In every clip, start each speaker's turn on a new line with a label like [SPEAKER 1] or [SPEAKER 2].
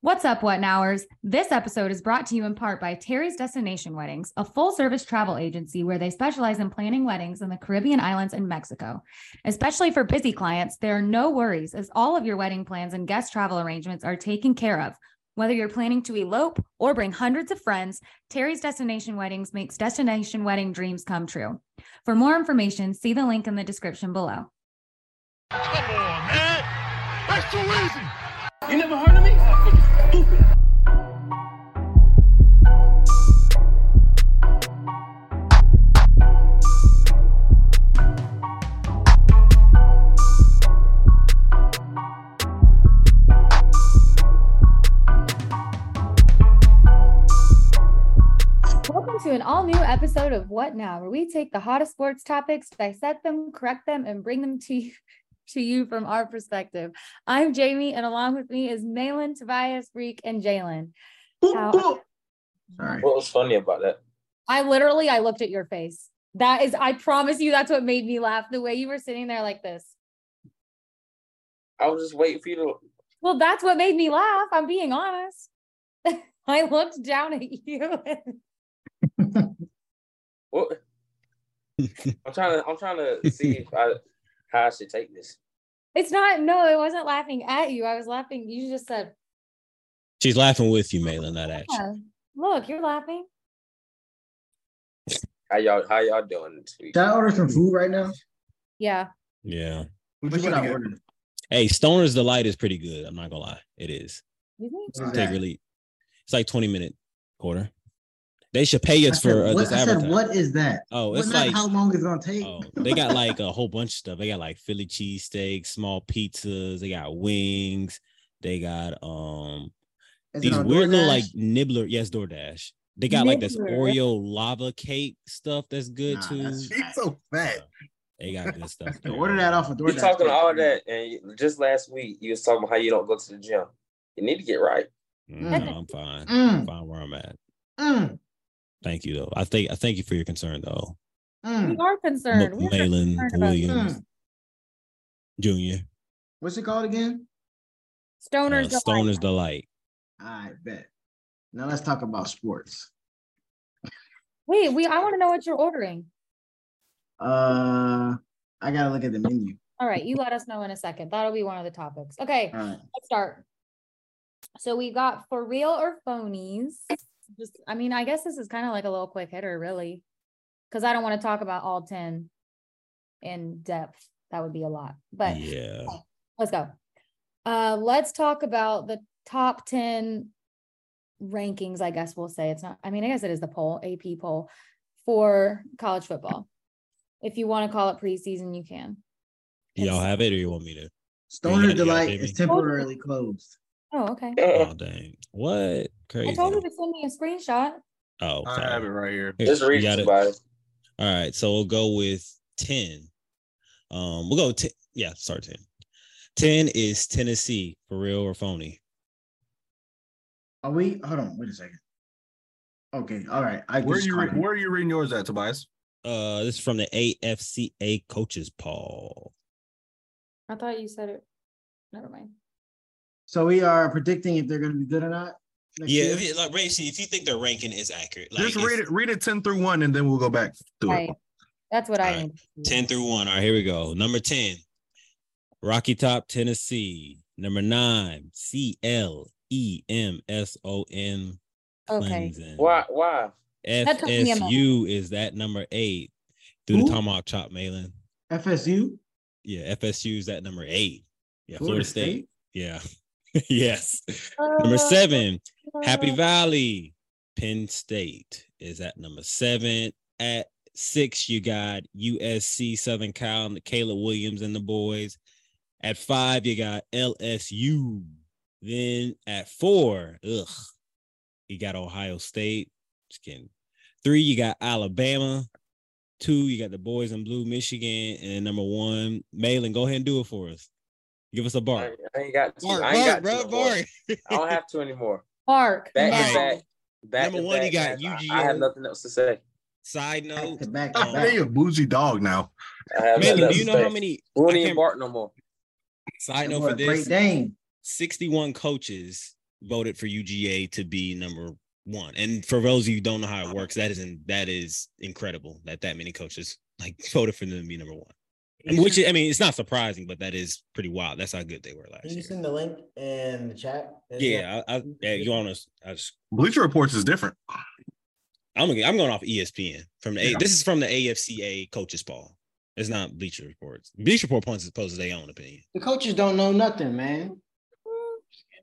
[SPEAKER 1] What's up, What Nowers? This episode is brought to you in part by Terry's Destination Weddings, a full service travel agency where they specialize in planning weddings in the Caribbean islands and Mexico. Especially for busy clients, there are no worries as all of your wedding plans and guest travel arrangements are taken care of. Whether you're planning to elope or bring hundreds of friends, Terry's Destination Weddings makes destination wedding dreams come true. For more information, see the link in the description below.
[SPEAKER 2] Come on, man. That's too easy.
[SPEAKER 3] You never heard of me? Stupid.
[SPEAKER 1] Welcome to an all new episode of What Now, where we take the hottest sports topics, dissect them, correct them, and bring them to you. To you from our perspective. I'm Jamie, and along with me is Malin, Tobias, Reek, and Jalen. How-
[SPEAKER 4] Sorry.
[SPEAKER 5] What was funny about that?
[SPEAKER 1] I literally I looked at your face. That is, I promise you, that's what made me laugh. The way you were sitting there like this.
[SPEAKER 5] I was just waiting for you to.
[SPEAKER 1] Well, that's what made me laugh. I'm being honest. I looked down at you.
[SPEAKER 5] What? I'm trying to. I'm trying to see if I how I should take this.
[SPEAKER 1] it's not. No, I wasn't laughing at you. I was laughing. You just said,
[SPEAKER 6] She's laughing with you, Malin, not at you.
[SPEAKER 1] "Yeah, "Look, you're laughing."
[SPEAKER 5] How y'all? How y'all doing this week?
[SPEAKER 4] Should I order some food right now?
[SPEAKER 1] Yeah.
[SPEAKER 6] Yeah.
[SPEAKER 4] What,
[SPEAKER 3] you
[SPEAKER 4] should
[SPEAKER 3] about to
[SPEAKER 4] I
[SPEAKER 3] get?
[SPEAKER 4] order?
[SPEAKER 6] Hey, Stoner's Delight is pretty good. I'm not gonna lie. It is.
[SPEAKER 1] You think?
[SPEAKER 4] What is
[SPEAKER 6] Take
[SPEAKER 4] that?
[SPEAKER 6] really it's like 20 minute quarter. They should pay
[SPEAKER 4] I
[SPEAKER 6] us
[SPEAKER 4] said,
[SPEAKER 6] for uh,
[SPEAKER 4] what,
[SPEAKER 6] this
[SPEAKER 4] I said,
[SPEAKER 6] advertising.
[SPEAKER 4] what is that?
[SPEAKER 6] Oh,
[SPEAKER 4] What,
[SPEAKER 6] it's
[SPEAKER 4] not
[SPEAKER 6] like
[SPEAKER 4] how long it's gonna take.
[SPEAKER 6] oh, they got like a whole bunch of stuff. They got like Philly cheesesteaks, small pizzas, they got wings, they got um
[SPEAKER 4] Is it
[SPEAKER 6] these
[SPEAKER 4] on
[SPEAKER 6] weird little
[SPEAKER 4] DoorDash?
[SPEAKER 6] like nibbler, yes, DoorDash. They got like this
[SPEAKER 1] Nibbler.
[SPEAKER 6] Oreo lava cake stuff that's good
[SPEAKER 4] Nah,
[SPEAKER 6] too.
[SPEAKER 4] that's- that's so fat.
[SPEAKER 6] They got good stuff.
[SPEAKER 4] To
[SPEAKER 6] there.
[SPEAKER 4] order that off of
[SPEAKER 5] You
[SPEAKER 4] DoorDash.
[SPEAKER 5] talking all that, and you- just last week you was talking about how you don't go to the gym. You need to get right.
[SPEAKER 6] No, I'm fine. I'm
[SPEAKER 4] Mm,
[SPEAKER 6] fine where I'm at.
[SPEAKER 4] mm,
[SPEAKER 6] Thank you though. I think I thank you for your concern though.
[SPEAKER 4] mm,
[SPEAKER 1] We are concerned.
[SPEAKER 6] M-
[SPEAKER 1] We are
[SPEAKER 6] Malin
[SPEAKER 1] concerned about you.
[SPEAKER 6] Williams
[SPEAKER 4] mm.
[SPEAKER 6] Jr.
[SPEAKER 4] What's it called again?
[SPEAKER 6] uh,
[SPEAKER 1] stoners. delight.
[SPEAKER 6] Stoner's Delight.
[SPEAKER 4] I bet. Now let's talk about sports.
[SPEAKER 1] Wait, we. I want to know what you're ordering.
[SPEAKER 4] Uh, I gotta look at the menu.
[SPEAKER 1] All right, you let us know in a second. That'll be one of the topics. Okay,
[SPEAKER 4] All right.
[SPEAKER 1] let's start. So we got for real or phonies. Just, I mean, I guess this is kind of like a little quick hitter, really, because I don't want to talk about all ten in depth. That would be a lot. But
[SPEAKER 6] Yeah.
[SPEAKER 1] let's go. Uh, let's talk about the top 10 rankings, I guess we'll say. It's not, I mean, I guess it is the poll, AP poll for college football. If you want to call it preseason, you can.
[SPEAKER 6] Do y'all have it or you want me to?
[SPEAKER 4] Stoner
[SPEAKER 6] Yeah,
[SPEAKER 4] Delight
[SPEAKER 6] baby.
[SPEAKER 4] is temporarily closed.
[SPEAKER 1] Oh, okay.
[SPEAKER 6] Oh dang. What? Crazy.
[SPEAKER 1] I told you to send me a screenshot.
[SPEAKER 6] Oh
[SPEAKER 3] I
[SPEAKER 6] sorry.
[SPEAKER 3] have it right here.
[SPEAKER 6] Here,
[SPEAKER 5] just
[SPEAKER 6] you
[SPEAKER 5] read
[SPEAKER 6] got
[SPEAKER 5] it,
[SPEAKER 6] it.
[SPEAKER 5] Tobias.
[SPEAKER 6] All right, so we'll go with 10. Um, we'll go 10. Yeah, sorry, 10. 10 is Tennessee, for real or phony.
[SPEAKER 4] Are we? Hold on. Wait a second. Okay. All right. I
[SPEAKER 3] Where are
[SPEAKER 4] just
[SPEAKER 3] you?
[SPEAKER 4] caught
[SPEAKER 3] Re-
[SPEAKER 4] it.
[SPEAKER 3] where are you reading yours at, Tobias?
[SPEAKER 6] Uh, this is from the AFCA coaches poll.
[SPEAKER 1] I thought you said it. Never mind.
[SPEAKER 4] So we are predicting if they're gonna be good or not. next
[SPEAKER 6] Yeah,
[SPEAKER 4] year?
[SPEAKER 6] if you, like basically, if you think their ranking is accurate, like
[SPEAKER 3] Just
[SPEAKER 6] if-
[SPEAKER 3] read it. Read it ten through one, and then we'll go back to
[SPEAKER 1] Right.
[SPEAKER 3] it.
[SPEAKER 1] That's what I
[SPEAKER 6] All right.
[SPEAKER 1] need.
[SPEAKER 6] 10 through 1. All right, here we go. Number 10, Rocky Top, Tennessee. Number 9, C L E M S O N.
[SPEAKER 1] Okay.
[SPEAKER 6] Clemson.
[SPEAKER 5] Why? Why?
[SPEAKER 1] That took me a minute.
[SPEAKER 6] FSU is that number 8. Through
[SPEAKER 4] Who?
[SPEAKER 6] the tomahawk chop, Malin.
[SPEAKER 4] FSU.
[SPEAKER 6] Yeah, FSU is at number 8. Yeah,
[SPEAKER 4] Florida
[SPEAKER 6] Florida, State. Yeah. yes.
[SPEAKER 1] Uh,
[SPEAKER 6] Number 7, Happy
[SPEAKER 1] uh,
[SPEAKER 6] Valley. Penn State is at number seven. At six, you got USC, Southern Cal, and Caleb Williams and the boys. At five, you got LSU. Then at four, ugh, you got Ohio State. Just kidding. Three, you got Alabama. Two, you got the boys in blue, Michigan. And number one, Malin, go ahead and do it for us. Give us a
[SPEAKER 5] I,
[SPEAKER 6] bar.
[SPEAKER 5] I ain't got. Two.
[SPEAKER 6] Bar,
[SPEAKER 5] I ain't
[SPEAKER 6] bar,
[SPEAKER 5] got
[SPEAKER 6] bro,
[SPEAKER 5] two
[SPEAKER 6] bar.
[SPEAKER 5] anymore. I don't have two anymore.
[SPEAKER 1] Park.
[SPEAKER 5] Back
[SPEAKER 1] now.
[SPEAKER 5] to back. Back
[SPEAKER 6] Number
[SPEAKER 5] to
[SPEAKER 6] one, you
[SPEAKER 5] back,
[SPEAKER 6] got
[SPEAKER 5] man. I-
[SPEAKER 6] UGO.
[SPEAKER 5] I have nothing else to say.
[SPEAKER 6] Side
[SPEAKER 4] Back
[SPEAKER 6] note.
[SPEAKER 4] to back to
[SPEAKER 6] Oh.
[SPEAKER 3] Hey, a
[SPEAKER 4] back.
[SPEAKER 3] bougie dog now.
[SPEAKER 5] I have nothing
[SPEAKER 6] Malin,
[SPEAKER 5] else
[SPEAKER 6] do you
[SPEAKER 5] to
[SPEAKER 6] know
[SPEAKER 5] say.
[SPEAKER 6] how many?
[SPEAKER 5] We
[SPEAKER 6] I
[SPEAKER 5] don't even
[SPEAKER 6] can't-
[SPEAKER 5] bark no more.
[SPEAKER 6] Side
[SPEAKER 4] That
[SPEAKER 6] note
[SPEAKER 4] boy
[SPEAKER 6] for
[SPEAKER 4] a Great
[SPEAKER 6] this:
[SPEAKER 4] Dane.
[SPEAKER 6] sixty-one coaches voted for UGA to be number one. And for those of you who don't know how it works, that isn't that is incredible that that many coaches like voted for them to be number one.
[SPEAKER 7] He's
[SPEAKER 6] Which I mean, it's not surprising, but that is pretty wild. That's how good they were last
[SPEAKER 7] Can you
[SPEAKER 6] year.
[SPEAKER 7] send the link in the chat? It's
[SPEAKER 6] Yeah,
[SPEAKER 7] not-
[SPEAKER 6] I, I, yeah, you honest. I just
[SPEAKER 3] Bleacher Reports is different.
[SPEAKER 6] I'm gonna, I'm going off E ESPN from the A,
[SPEAKER 3] Yeah.
[SPEAKER 6] this is from the AFCA coaches poll. It's not Bleacher Reports. Bleacher Report points is supposed to their own opinion.
[SPEAKER 4] The coaches don't know nothing, man.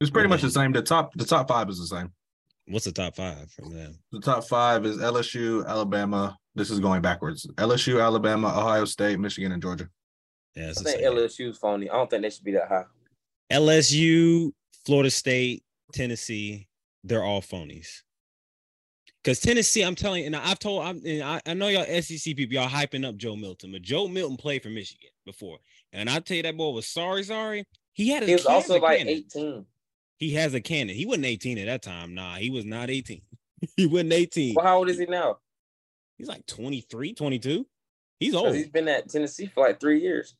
[SPEAKER 3] It's pretty much the same. The top the top five is the same.
[SPEAKER 6] What's the top five from them?
[SPEAKER 3] The top five is LSU, Alabama. This is going backwards. LSU, Alabama, Ohio State, Michigan, and Georgia.
[SPEAKER 6] Yeah, it's
[SPEAKER 5] I
[SPEAKER 6] the
[SPEAKER 5] think
[SPEAKER 6] same.
[SPEAKER 5] LSU's phony. I don't think they should be that high.
[SPEAKER 6] LSU, Florida State, Tennessee, they're all phonies. Because Tennessee, I'm telling you, and I've told, I'm, and I, I know y'all SEC people, y'all hyping up Joe Milton, but Joe Milton played for Michigan before. And I tell you, that boy was sorry, sorry. He had a,
[SPEAKER 5] He was
[SPEAKER 6] he has
[SPEAKER 5] also
[SPEAKER 6] a
[SPEAKER 5] like
[SPEAKER 6] cannon.
[SPEAKER 5] 18.
[SPEAKER 6] He has a cannon. He wasn't 18 at that time. Nah, he was not 18. he wasn't 18.
[SPEAKER 5] Well, how old is he now?
[SPEAKER 6] He's like 23, 22. He's
[SPEAKER 5] 'Cause
[SPEAKER 6] old.
[SPEAKER 5] He's been at Tennessee for like three years.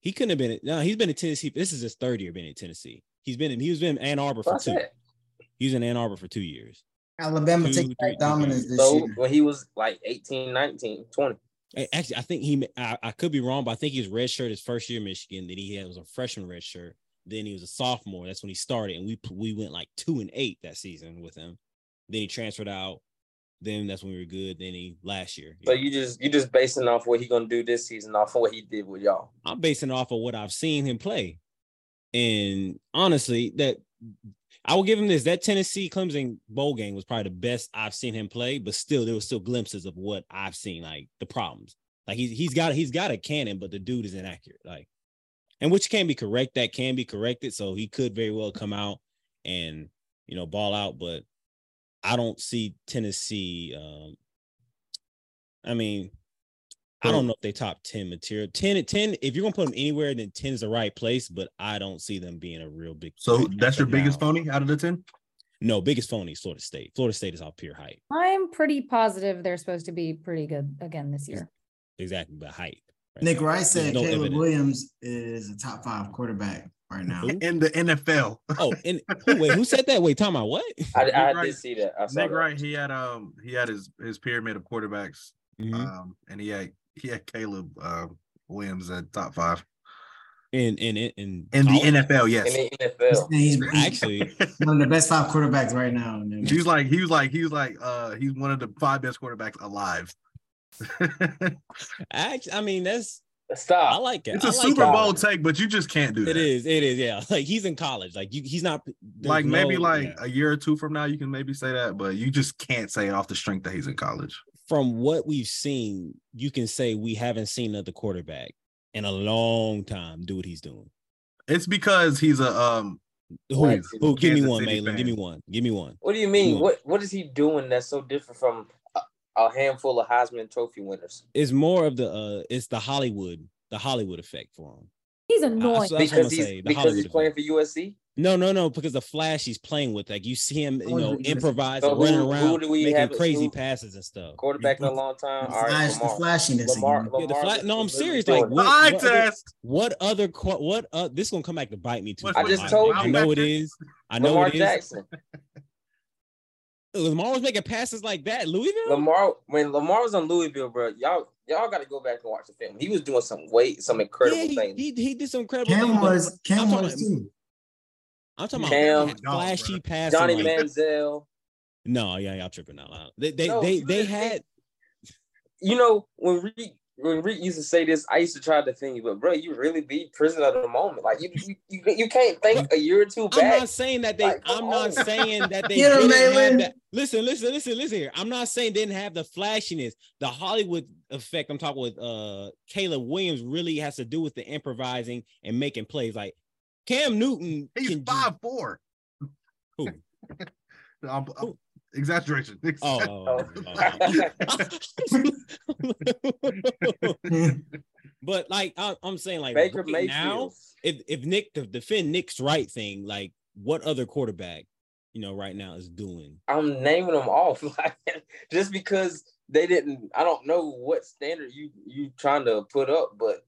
[SPEAKER 6] He couldn't have been. at- No, he's been in Tennessee. This is his third year being in Tennessee. He's been in. He was in Ann Arbor for
[SPEAKER 5] That's
[SPEAKER 6] two.
[SPEAKER 5] it.
[SPEAKER 6] He was in Ann Arbor for two years.
[SPEAKER 4] Alabama
[SPEAKER 6] Two,
[SPEAKER 4] takes
[SPEAKER 6] three,
[SPEAKER 4] back
[SPEAKER 6] two,
[SPEAKER 4] dominance this
[SPEAKER 5] So
[SPEAKER 4] year.
[SPEAKER 5] when he was like 18, 19, 20.
[SPEAKER 6] A- Actually, I think he. ma- I, I could be wrong, but I think he was redshirt his first year in Michigan. Then he had was a freshman redshirt. Then he was a sophomore. That's when he started, and we p- we went like two and eight that season with him. Then he transferred out. Then that's when we were good. Then he last year.
[SPEAKER 5] So you just you just basing off what he gonna do this season off of what he did with y'all.
[SPEAKER 6] I'm basing off of what I've seen him play. And honestly, that I will give him this. That Tennessee Clemson bowl game was probably the best I've seen him play, but still there was still glimpses of what I've seen, like the problems. Like he's he's got he's got a cannon, but the dude is inaccurate. Like, and which can be correct, that can be corrected. So he could very well come out and you know ball out, but I don't see Tennessee. Um, I mean, I don't know if they top 10 material. 10 at 10, if you're gonna put them anywhere, then 10 is the right place, but I don't see them being a real big
[SPEAKER 3] So
[SPEAKER 6] threat
[SPEAKER 3] that's
[SPEAKER 6] as
[SPEAKER 3] your
[SPEAKER 6] of
[SPEAKER 3] biggest
[SPEAKER 6] now.
[SPEAKER 3] phony out of the ten.
[SPEAKER 6] No, biggest phony is Florida State. Florida State is off pure hype.
[SPEAKER 8] I'm pretty positive they're supposed to be pretty good again this year.
[SPEAKER 6] Exactly, but hype. right
[SPEAKER 4] Nick
[SPEAKER 6] now.
[SPEAKER 4] Rice
[SPEAKER 6] There's
[SPEAKER 4] said
[SPEAKER 6] no
[SPEAKER 4] Caleb
[SPEAKER 6] evidence.
[SPEAKER 4] Williams is a top five quarterback right now.
[SPEAKER 6] Who?
[SPEAKER 3] in the NFL.
[SPEAKER 6] Oh, and who, wait, who said that? Wait, time out. What?
[SPEAKER 5] I, I
[SPEAKER 3] Nick
[SPEAKER 5] did
[SPEAKER 3] Wright-
[SPEAKER 5] see that. I saw
[SPEAKER 3] Nick
[SPEAKER 5] that.
[SPEAKER 3] Wright, he had um he had his his pyramid of quarterbacks,
[SPEAKER 6] Mhm.
[SPEAKER 3] um, and he had he had Caleb uh, Williams at top five
[SPEAKER 6] In in in in,
[SPEAKER 3] in the
[SPEAKER 6] college?
[SPEAKER 3] NFL.
[SPEAKER 5] in
[SPEAKER 3] Yes,
[SPEAKER 5] the NFL.
[SPEAKER 4] He's, he's
[SPEAKER 6] Actually,
[SPEAKER 4] one of the best five quarterbacks right now. man.
[SPEAKER 3] he's like he was like he was like uh he's one of the five best quarterbacks alive. it's
[SPEAKER 6] actually, I mean that's I
[SPEAKER 5] Stop.
[SPEAKER 6] like it.
[SPEAKER 3] a
[SPEAKER 6] I like
[SPEAKER 3] Super
[SPEAKER 6] it.
[SPEAKER 3] Bowl take, but you just can't do that.
[SPEAKER 6] It is. It is. Yeah, like he's in college. Like you, he's not there's
[SPEAKER 3] Like maybe
[SPEAKER 6] no-
[SPEAKER 3] like
[SPEAKER 6] yeah.
[SPEAKER 3] a year or two from now, you can maybe say that, but you just can't say it off the strength that he's in college.
[SPEAKER 6] from what we've seen, you can say we haven't seen another quarterback in a long time do what he's doing.
[SPEAKER 3] It's because he's a um
[SPEAKER 6] Who?
[SPEAKER 5] Right.
[SPEAKER 6] who give me
[SPEAKER 3] Kansas
[SPEAKER 6] one,
[SPEAKER 3] City
[SPEAKER 6] Malin. Give me
[SPEAKER 3] fan.
[SPEAKER 6] one. Give me one.
[SPEAKER 5] What do you
[SPEAKER 6] Mm.
[SPEAKER 5] mean? What what is he doing that's so different from a, a handful of Heisman Trophy winners?
[SPEAKER 6] It's more of the. uh It's the Hollywood. The Hollywood effect for him.
[SPEAKER 8] He's
[SPEAKER 6] I-
[SPEAKER 8] annoying.
[SPEAKER 6] so- That's what I'm
[SPEAKER 5] because
[SPEAKER 6] gonna
[SPEAKER 5] he's
[SPEAKER 6] say, the
[SPEAKER 5] because
[SPEAKER 6] Hollywood
[SPEAKER 5] he's playing for USC.
[SPEAKER 6] No, no, no. Because the flash he's playing with, like you see him, you
[SPEAKER 4] Oh,
[SPEAKER 6] know,
[SPEAKER 4] yes.
[SPEAKER 6] improvise,
[SPEAKER 5] So
[SPEAKER 6] and
[SPEAKER 5] who-
[SPEAKER 6] running
[SPEAKER 5] who
[SPEAKER 6] around,
[SPEAKER 5] do we
[SPEAKER 6] making
[SPEAKER 5] have at
[SPEAKER 6] crazy
[SPEAKER 5] school?
[SPEAKER 6] passes and stuff.
[SPEAKER 5] Quarterback in a long time. All right,
[SPEAKER 4] Flash, the
[SPEAKER 5] Lamar.
[SPEAKER 4] flashiness
[SPEAKER 5] Lamar,
[SPEAKER 4] again.
[SPEAKER 5] Lamar
[SPEAKER 6] Yeah, the fla- no, I'm
[SPEAKER 5] is
[SPEAKER 6] serious.
[SPEAKER 5] really
[SPEAKER 6] Like,
[SPEAKER 5] doing
[SPEAKER 6] what,
[SPEAKER 5] it.
[SPEAKER 3] eye
[SPEAKER 6] what other,
[SPEAKER 3] test.
[SPEAKER 6] what other? qu- What? Uh, this gonna come back to bite me too.
[SPEAKER 3] What-
[SPEAKER 5] I
[SPEAKER 6] much,
[SPEAKER 5] just
[SPEAKER 6] Mike.
[SPEAKER 5] told
[SPEAKER 6] I
[SPEAKER 5] you.
[SPEAKER 6] know it is. I know
[SPEAKER 5] Lamar
[SPEAKER 6] it is.
[SPEAKER 5] Jackson.
[SPEAKER 6] Lamar was making passes like that. Louisville.
[SPEAKER 5] Lamar when Lamar was on Louisville, bro, y'all y'all got to go back and watch the film. He was doing some weight, some incredible
[SPEAKER 6] yeah,
[SPEAKER 5] things.
[SPEAKER 6] he, he, he did some incredible.
[SPEAKER 4] Cam
[SPEAKER 6] things, but
[SPEAKER 4] was Cam
[SPEAKER 6] I'm talking
[SPEAKER 4] was
[SPEAKER 6] about-
[SPEAKER 4] too.
[SPEAKER 6] I'm talking
[SPEAKER 5] Cam,
[SPEAKER 6] about that flashy pass.
[SPEAKER 5] Johnny
[SPEAKER 6] like,
[SPEAKER 5] Manziel.
[SPEAKER 6] No, yeah, y'all tripping out loud. They they
[SPEAKER 5] No,
[SPEAKER 6] they,
[SPEAKER 5] you
[SPEAKER 6] they
[SPEAKER 5] didn't
[SPEAKER 6] had
[SPEAKER 5] think- You know when Reed when Reed used to say this, I used to try to think, but bro, you really be prisoner of the moment. Like you you, you, you can't think a year or two
[SPEAKER 6] I'm
[SPEAKER 5] back.
[SPEAKER 6] not saying that they.
[SPEAKER 5] Like, come
[SPEAKER 6] I'm not
[SPEAKER 5] on.
[SPEAKER 6] saying that they
[SPEAKER 4] Get 'em,
[SPEAKER 6] didn't
[SPEAKER 4] Malin.
[SPEAKER 6] have that. Listen, listen, listen, listen here. I'm not saying they didn't have the flashiness, the Hollywood effect. I'm talking with uh Caleb Williams really has to do with the improvising and making plays. Like Cam Newton
[SPEAKER 3] He's
[SPEAKER 6] can
[SPEAKER 3] five four.
[SPEAKER 6] Who?
[SPEAKER 3] I'm- I'm-
[SPEAKER 6] Who?
[SPEAKER 3] exaggeration.
[SPEAKER 6] Oh, oh, oh, oh. but like I, I'm saying, like
[SPEAKER 5] Baker
[SPEAKER 6] right
[SPEAKER 5] Mayfield.
[SPEAKER 6] now, if if Nick to defend Nick's right thing, like what other quarterback, you know, right now is doing?
[SPEAKER 5] I'm naming them off like, just because they didn't. I don't know what standard you you trying to put up, but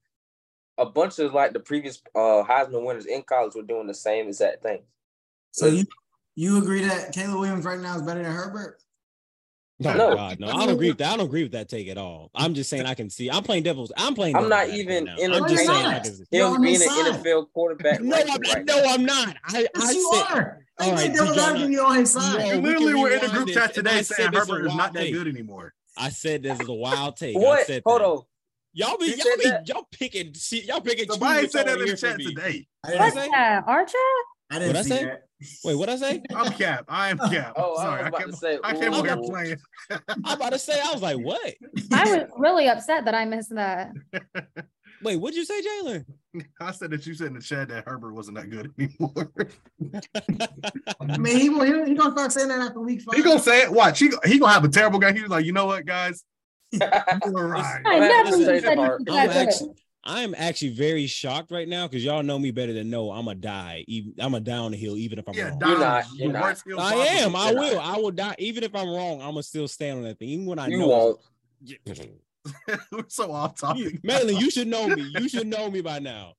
[SPEAKER 5] a bunch of like the previous uh, Heisman winners in college were doing the same exact thing.
[SPEAKER 4] So you you agree that Caleb Williams right now is better than Herbert?
[SPEAKER 6] No,
[SPEAKER 5] No.
[SPEAKER 6] God, no, I don't agree with that. I don't agree with that take at all. I'm just saying I can see. I'm playing devil's. I'm playing.
[SPEAKER 5] I'm
[SPEAKER 6] devil's
[SPEAKER 5] not
[SPEAKER 6] advocate
[SPEAKER 5] even
[SPEAKER 6] now.
[SPEAKER 5] in
[SPEAKER 6] I'm
[SPEAKER 4] a
[SPEAKER 6] just
[SPEAKER 4] race.
[SPEAKER 6] saying. I can-
[SPEAKER 4] You're
[SPEAKER 5] Him
[SPEAKER 4] on
[SPEAKER 5] being
[SPEAKER 4] his
[SPEAKER 5] an
[SPEAKER 4] side.
[SPEAKER 5] NFL quarterback.
[SPEAKER 6] No,
[SPEAKER 5] ranked
[SPEAKER 6] I'm
[SPEAKER 5] right
[SPEAKER 6] not.
[SPEAKER 5] now.
[SPEAKER 6] No, I'm not. I,
[SPEAKER 4] Yes,
[SPEAKER 6] I
[SPEAKER 4] you
[SPEAKER 6] said,
[SPEAKER 4] are.
[SPEAKER 6] All
[SPEAKER 4] All
[SPEAKER 6] right,
[SPEAKER 4] right,
[SPEAKER 6] did y'all
[SPEAKER 4] arguing you on his side.
[SPEAKER 6] No.
[SPEAKER 3] You
[SPEAKER 6] we
[SPEAKER 3] literally
[SPEAKER 6] can
[SPEAKER 3] were in a
[SPEAKER 6] rewind
[SPEAKER 3] group
[SPEAKER 6] this,
[SPEAKER 3] chat
[SPEAKER 6] and
[SPEAKER 3] today
[SPEAKER 6] I said
[SPEAKER 3] saying
[SPEAKER 6] this a
[SPEAKER 3] Herbert is
[SPEAKER 6] wild
[SPEAKER 3] not that
[SPEAKER 6] take.
[SPEAKER 3] good anymore.
[SPEAKER 6] I said this is a wild take. I
[SPEAKER 5] What?
[SPEAKER 6] said
[SPEAKER 5] Hold
[SPEAKER 6] that.
[SPEAKER 5] on.
[SPEAKER 6] Y'all be
[SPEAKER 5] You
[SPEAKER 6] y'all
[SPEAKER 5] said
[SPEAKER 6] be
[SPEAKER 5] that?
[SPEAKER 6] y'all picking shit. Y'all picking.
[SPEAKER 3] Somebody said that in the chat
[SPEAKER 6] chat today.
[SPEAKER 3] today.
[SPEAKER 4] I
[SPEAKER 6] What?
[SPEAKER 4] didn't,
[SPEAKER 6] say?
[SPEAKER 8] Yeah, Archer?
[SPEAKER 4] I didn't
[SPEAKER 6] What'd I
[SPEAKER 4] see
[SPEAKER 6] say?
[SPEAKER 4] that.
[SPEAKER 6] Wait, what I say?
[SPEAKER 3] I'm cap. I am cap. I'm
[SPEAKER 5] Oh, I
[SPEAKER 3] sorry.
[SPEAKER 5] was
[SPEAKER 3] I,
[SPEAKER 5] about
[SPEAKER 3] can't.
[SPEAKER 5] to say.
[SPEAKER 3] I came
[SPEAKER 5] ooh.
[SPEAKER 3] over here playing.
[SPEAKER 6] I'm about to say. I was like, what?
[SPEAKER 8] I was really upset that I missed that.
[SPEAKER 6] Wait, what'd you say, Jalen?
[SPEAKER 3] I said that you said in the chat that Herbert wasn't that good anymore.
[SPEAKER 4] I mean, he, will- he, he gonna start saying that after week five.
[SPEAKER 3] he gonna say it. Watch. He, he gonna have a terrible game. He was like, you know what, guys, you're right.
[SPEAKER 8] I
[SPEAKER 5] Well,
[SPEAKER 8] never
[SPEAKER 5] listen,
[SPEAKER 8] said
[SPEAKER 5] I'm
[SPEAKER 8] he was that
[SPEAKER 6] I'm
[SPEAKER 8] good.
[SPEAKER 6] actually, I'm actually very shocked right now because y'all know me better than know I'm a die. Even, I'm a down the hill, even if I'm
[SPEAKER 3] Yeah,
[SPEAKER 6] wrong.
[SPEAKER 5] You're
[SPEAKER 3] Donald,
[SPEAKER 5] not,
[SPEAKER 3] the
[SPEAKER 5] you're not.
[SPEAKER 3] worst heel
[SPEAKER 6] I
[SPEAKER 3] possible.
[SPEAKER 6] am. I
[SPEAKER 5] You're
[SPEAKER 6] will.
[SPEAKER 5] not.
[SPEAKER 6] I will die. Even if I'm wrong, I'm gonna still stand on that thing. Even when I
[SPEAKER 5] You
[SPEAKER 6] know
[SPEAKER 5] won't.
[SPEAKER 3] We're so off topic.
[SPEAKER 6] Madeline, you should know me. You should know me by now.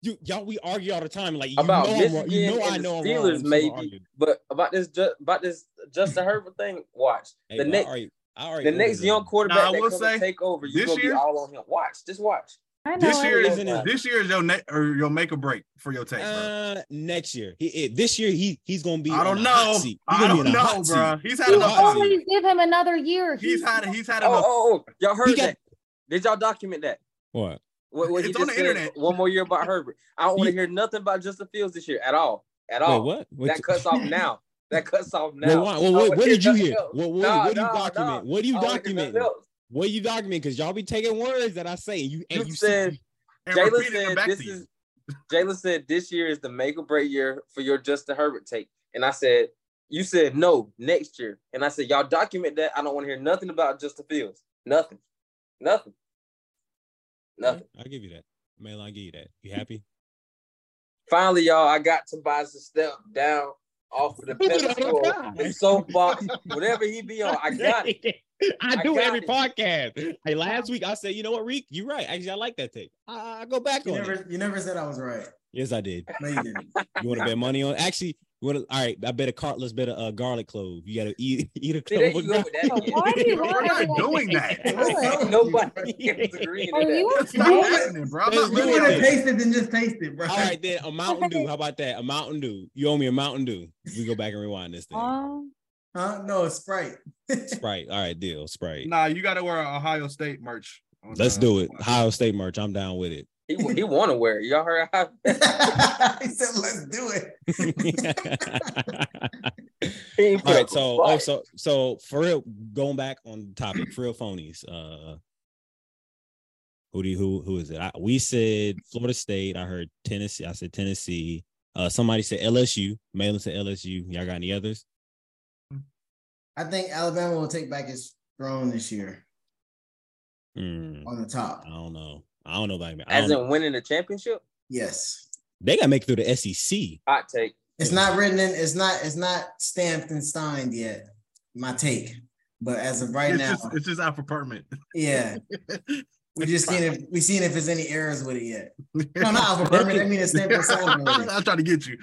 [SPEAKER 6] You y'all, we argue all the time. Like you
[SPEAKER 5] About
[SPEAKER 6] know, I'm
[SPEAKER 5] Michigan
[SPEAKER 6] wrong. You know,
[SPEAKER 5] and
[SPEAKER 6] I
[SPEAKER 5] the
[SPEAKER 6] know I'm wrong.
[SPEAKER 5] Steelers,
[SPEAKER 6] I'm still
[SPEAKER 5] maybe.
[SPEAKER 6] arguing.
[SPEAKER 5] But about this, ju- about this Justin Herbert thing. Watch
[SPEAKER 6] Hey,
[SPEAKER 5] the
[SPEAKER 6] I
[SPEAKER 5] next,
[SPEAKER 6] already- I already
[SPEAKER 5] the
[SPEAKER 6] ordered
[SPEAKER 5] next
[SPEAKER 6] them.
[SPEAKER 5] young quarterback
[SPEAKER 3] Nah, I
[SPEAKER 5] that
[SPEAKER 3] will
[SPEAKER 5] comes
[SPEAKER 3] say,
[SPEAKER 5] to take over. You're
[SPEAKER 3] this
[SPEAKER 5] gonna
[SPEAKER 3] year-
[SPEAKER 5] be all on him. Watch, just watch.
[SPEAKER 8] I know.
[SPEAKER 3] This
[SPEAKER 8] I
[SPEAKER 3] year
[SPEAKER 8] was-
[SPEAKER 3] is
[SPEAKER 6] Isn't it-
[SPEAKER 3] this year is your ne- or your make or break for your take, bro.
[SPEAKER 6] Uh, next year, he it, this year he he's gonna be.
[SPEAKER 3] I
[SPEAKER 6] on
[SPEAKER 3] don't
[SPEAKER 6] the hot
[SPEAKER 3] know.
[SPEAKER 6] seat. He
[SPEAKER 3] I
[SPEAKER 6] gonna be
[SPEAKER 3] don't
[SPEAKER 6] in a
[SPEAKER 3] know,
[SPEAKER 6] hot
[SPEAKER 3] bro. He's had
[SPEAKER 8] You
[SPEAKER 6] He was
[SPEAKER 3] enough.
[SPEAKER 6] always-
[SPEAKER 8] always give him another year.
[SPEAKER 3] He's had he's had
[SPEAKER 5] Oh,
[SPEAKER 3] enough.
[SPEAKER 5] oh, oh, y'all heard
[SPEAKER 6] got-
[SPEAKER 5] that? Did y'all document that?
[SPEAKER 6] What?
[SPEAKER 5] What, what he
[SPEAKER 3] It's on
[SPEAKER 5] just
[SPEAKER 3] the
[SPEAKER 5] said,
[SPEAKER 3] internet.
[SPEAKER 5] One more year about Herbert. I don't want to
[SPEAKER 6] You-
[SPEAKER 5] hear nothing about Justin Fields this year at all. At all.
[SPEAKER 6] Wait, what? What
[SPEAKER 5] That
[SPEAKER 6] you-
[SPEAKER 5] cuts off now. That cuts off now.
[SPEAKER 6] Well, why- well, what,
[SPEAKER 5] I
[SPEAKER 6] what
[SPEAKER 5] wanna
[SPEAKER 6] did you
[SPEAKER 5] nothing
[SPEAKER 6] hear?
[SPEAKER 5] else.
[SPEAKER 6] What, what,
[SPEAKER 5] Nah,
[SPEAKER 6] what do you
[SPEAKER 5] nah,
[SPEAKER 6] document?
[SPEAKER 5] nah.
[SPEAKER 6] What do you
[SPEAKER 5] I wanna hear nothing
[SPEAKER 6] document?
[SPEAKER 5] else.
[SPEAKER 6] What do you document? Because y'all be taking words that I say, and you and
[SPEAKER 5] You
[SPEAKER 6] you, see-
[SPEAKER 5] said-
[SPEAKER 3] and
[SPEAKER 5] Jalen
[SPEAKER 3] repeated it
[SPEAKER 5] said
[SPEAKER 3] back
[SPEAKER 5] this
[SPEAKER 3] to you.
[SPEAKER 5] is Jalen said this year is the make or break year for your Justin Herbert take. And I said, you said no next year. And I said, y'all document that. I don't want to hear nothing about Justin Fields. Nothing. Nothing. Nothing.
[SPEAKER 6] I'll give you that. Mail, I'll give you that. You happy?
[SPEAKER 5] Finally, y'all, I got Tobias to step down off of the pedestal, the soapbox, whatever he be on. I got it.
[SPEAKER 6] I
[SPEAKER 5] I
[SPEAKER 6] do
[SPEAKER 5] got
[SPEAKER 6] every
[SPEAKER 5] it.
[SPEAKER 6] podcast. Hey, last week I said, you know what, Reek, you're right. Actually, I like that take. I, I go back
[SPEAKER 4] You
[SPEAKER 6] on it.
[SPEAKER 4] never, you never said I was right.
[SPEAKER 6] Yes, I did.
[SPEAKER 4] No, you didn't.
[SPEAKER 6] You want to bet money on? Actually, you wanna, all right. I bet a cart. Let's bet a uh, garlic clove. You gotta eat eat a
[SPEAKER 5] See, there
[SPEAKER 6] clove. of
[SPEAKER 5] you go with that
[SPEAKER 6] garlic.
[SPEAKER 5] again.
[SPEAKER 8] Why do you
[SPEAKER 3] Bro, We're
[SPEAKER 8] Why
[SPEAKER 3] not
[SPEAKER 8] are
[SPEAKER 3] doing that.
[SPEAKER 4] What the hell?
[SPEAKER 5] Nobody is agreeing
[SPEAKER 8] Are
[SPEAKER 5] to that.
[SPEAKER 8] you
[SPEAKER 3] That's not
[SPEAKER 8] okay?
[SPEAKER 3] happening, bro. I'm
[SPEAKER 6] Let's
[SPEAKER 3] not
[SPEAKER 6] do
[SPEAKER 4] You
[SPEAKER 3] living
[SPEAKER 4] would
[SPEAKER 3] that.
[SPEAKER 4] have
[SPEAKER 6] it.
[SPEAKER 4] tasted and just tasted, bro.
[SPEAKER 6] All right, then a Mountain Dew. How about that? A Mountain Dew. You owe me a Mountain Dew. We go back and rewind this thing.
[SPEAKER 8] Um,
[SPEAKER 4] Huh? No, it's Sprite.
[SPEAKER 6] Sprite. All right, deal. Sprite.
[SPEAKER 3] Nah, you got to wear Ohio State merch. on,
[SPEAKER 6] Let's
[SPEAKER 3] uh,
[SPEAKER 6] do it. Ohio State merch. I'm down with it.
[SPEAKER 5] He, he want to wear it. Y'all heard how
[SPEAKER 4] he said, "Let's do it."
[SPEAKER 5] he
[SPEAKER 6] All right. So, oh, so, so for real, going back on the topic, for real phonies. Uh, who do you, who who is it? I, we said Florida State. I heard Tennessee. I said Tennessee. Uh, somebody said LSU. Malin said LSU. Y'all got any others?
[SPEAKER 4] I think Alabama will take back its throne this year
[SPEAKER 6] Hmm,
[SPEAKER 4] on the top.
[SPEAKER 6] I don't know. I don't know about me.
[SPEAKER 5] As in winning the championship?
[SPEAKER 4] Yes,
[SPEAKER 6] they got to make it through the E SEC.
[SPEAKER 5] Hot take.
[SPEAKER 4] it's not written in. It's not. It's not stamped and signed yet. My take, but as of right
[SPEAKER 3] It's
[SPEAKER 4] now,
[SPEAKER 3] just, it's just out for permit.
[SPEAKER 4] yeah, we just seen if we seen if there's any errors with it yet. No, not alpha permit. I mean, it's stamped and signed. already.
[SPEAKER 3] I'm trying to get you.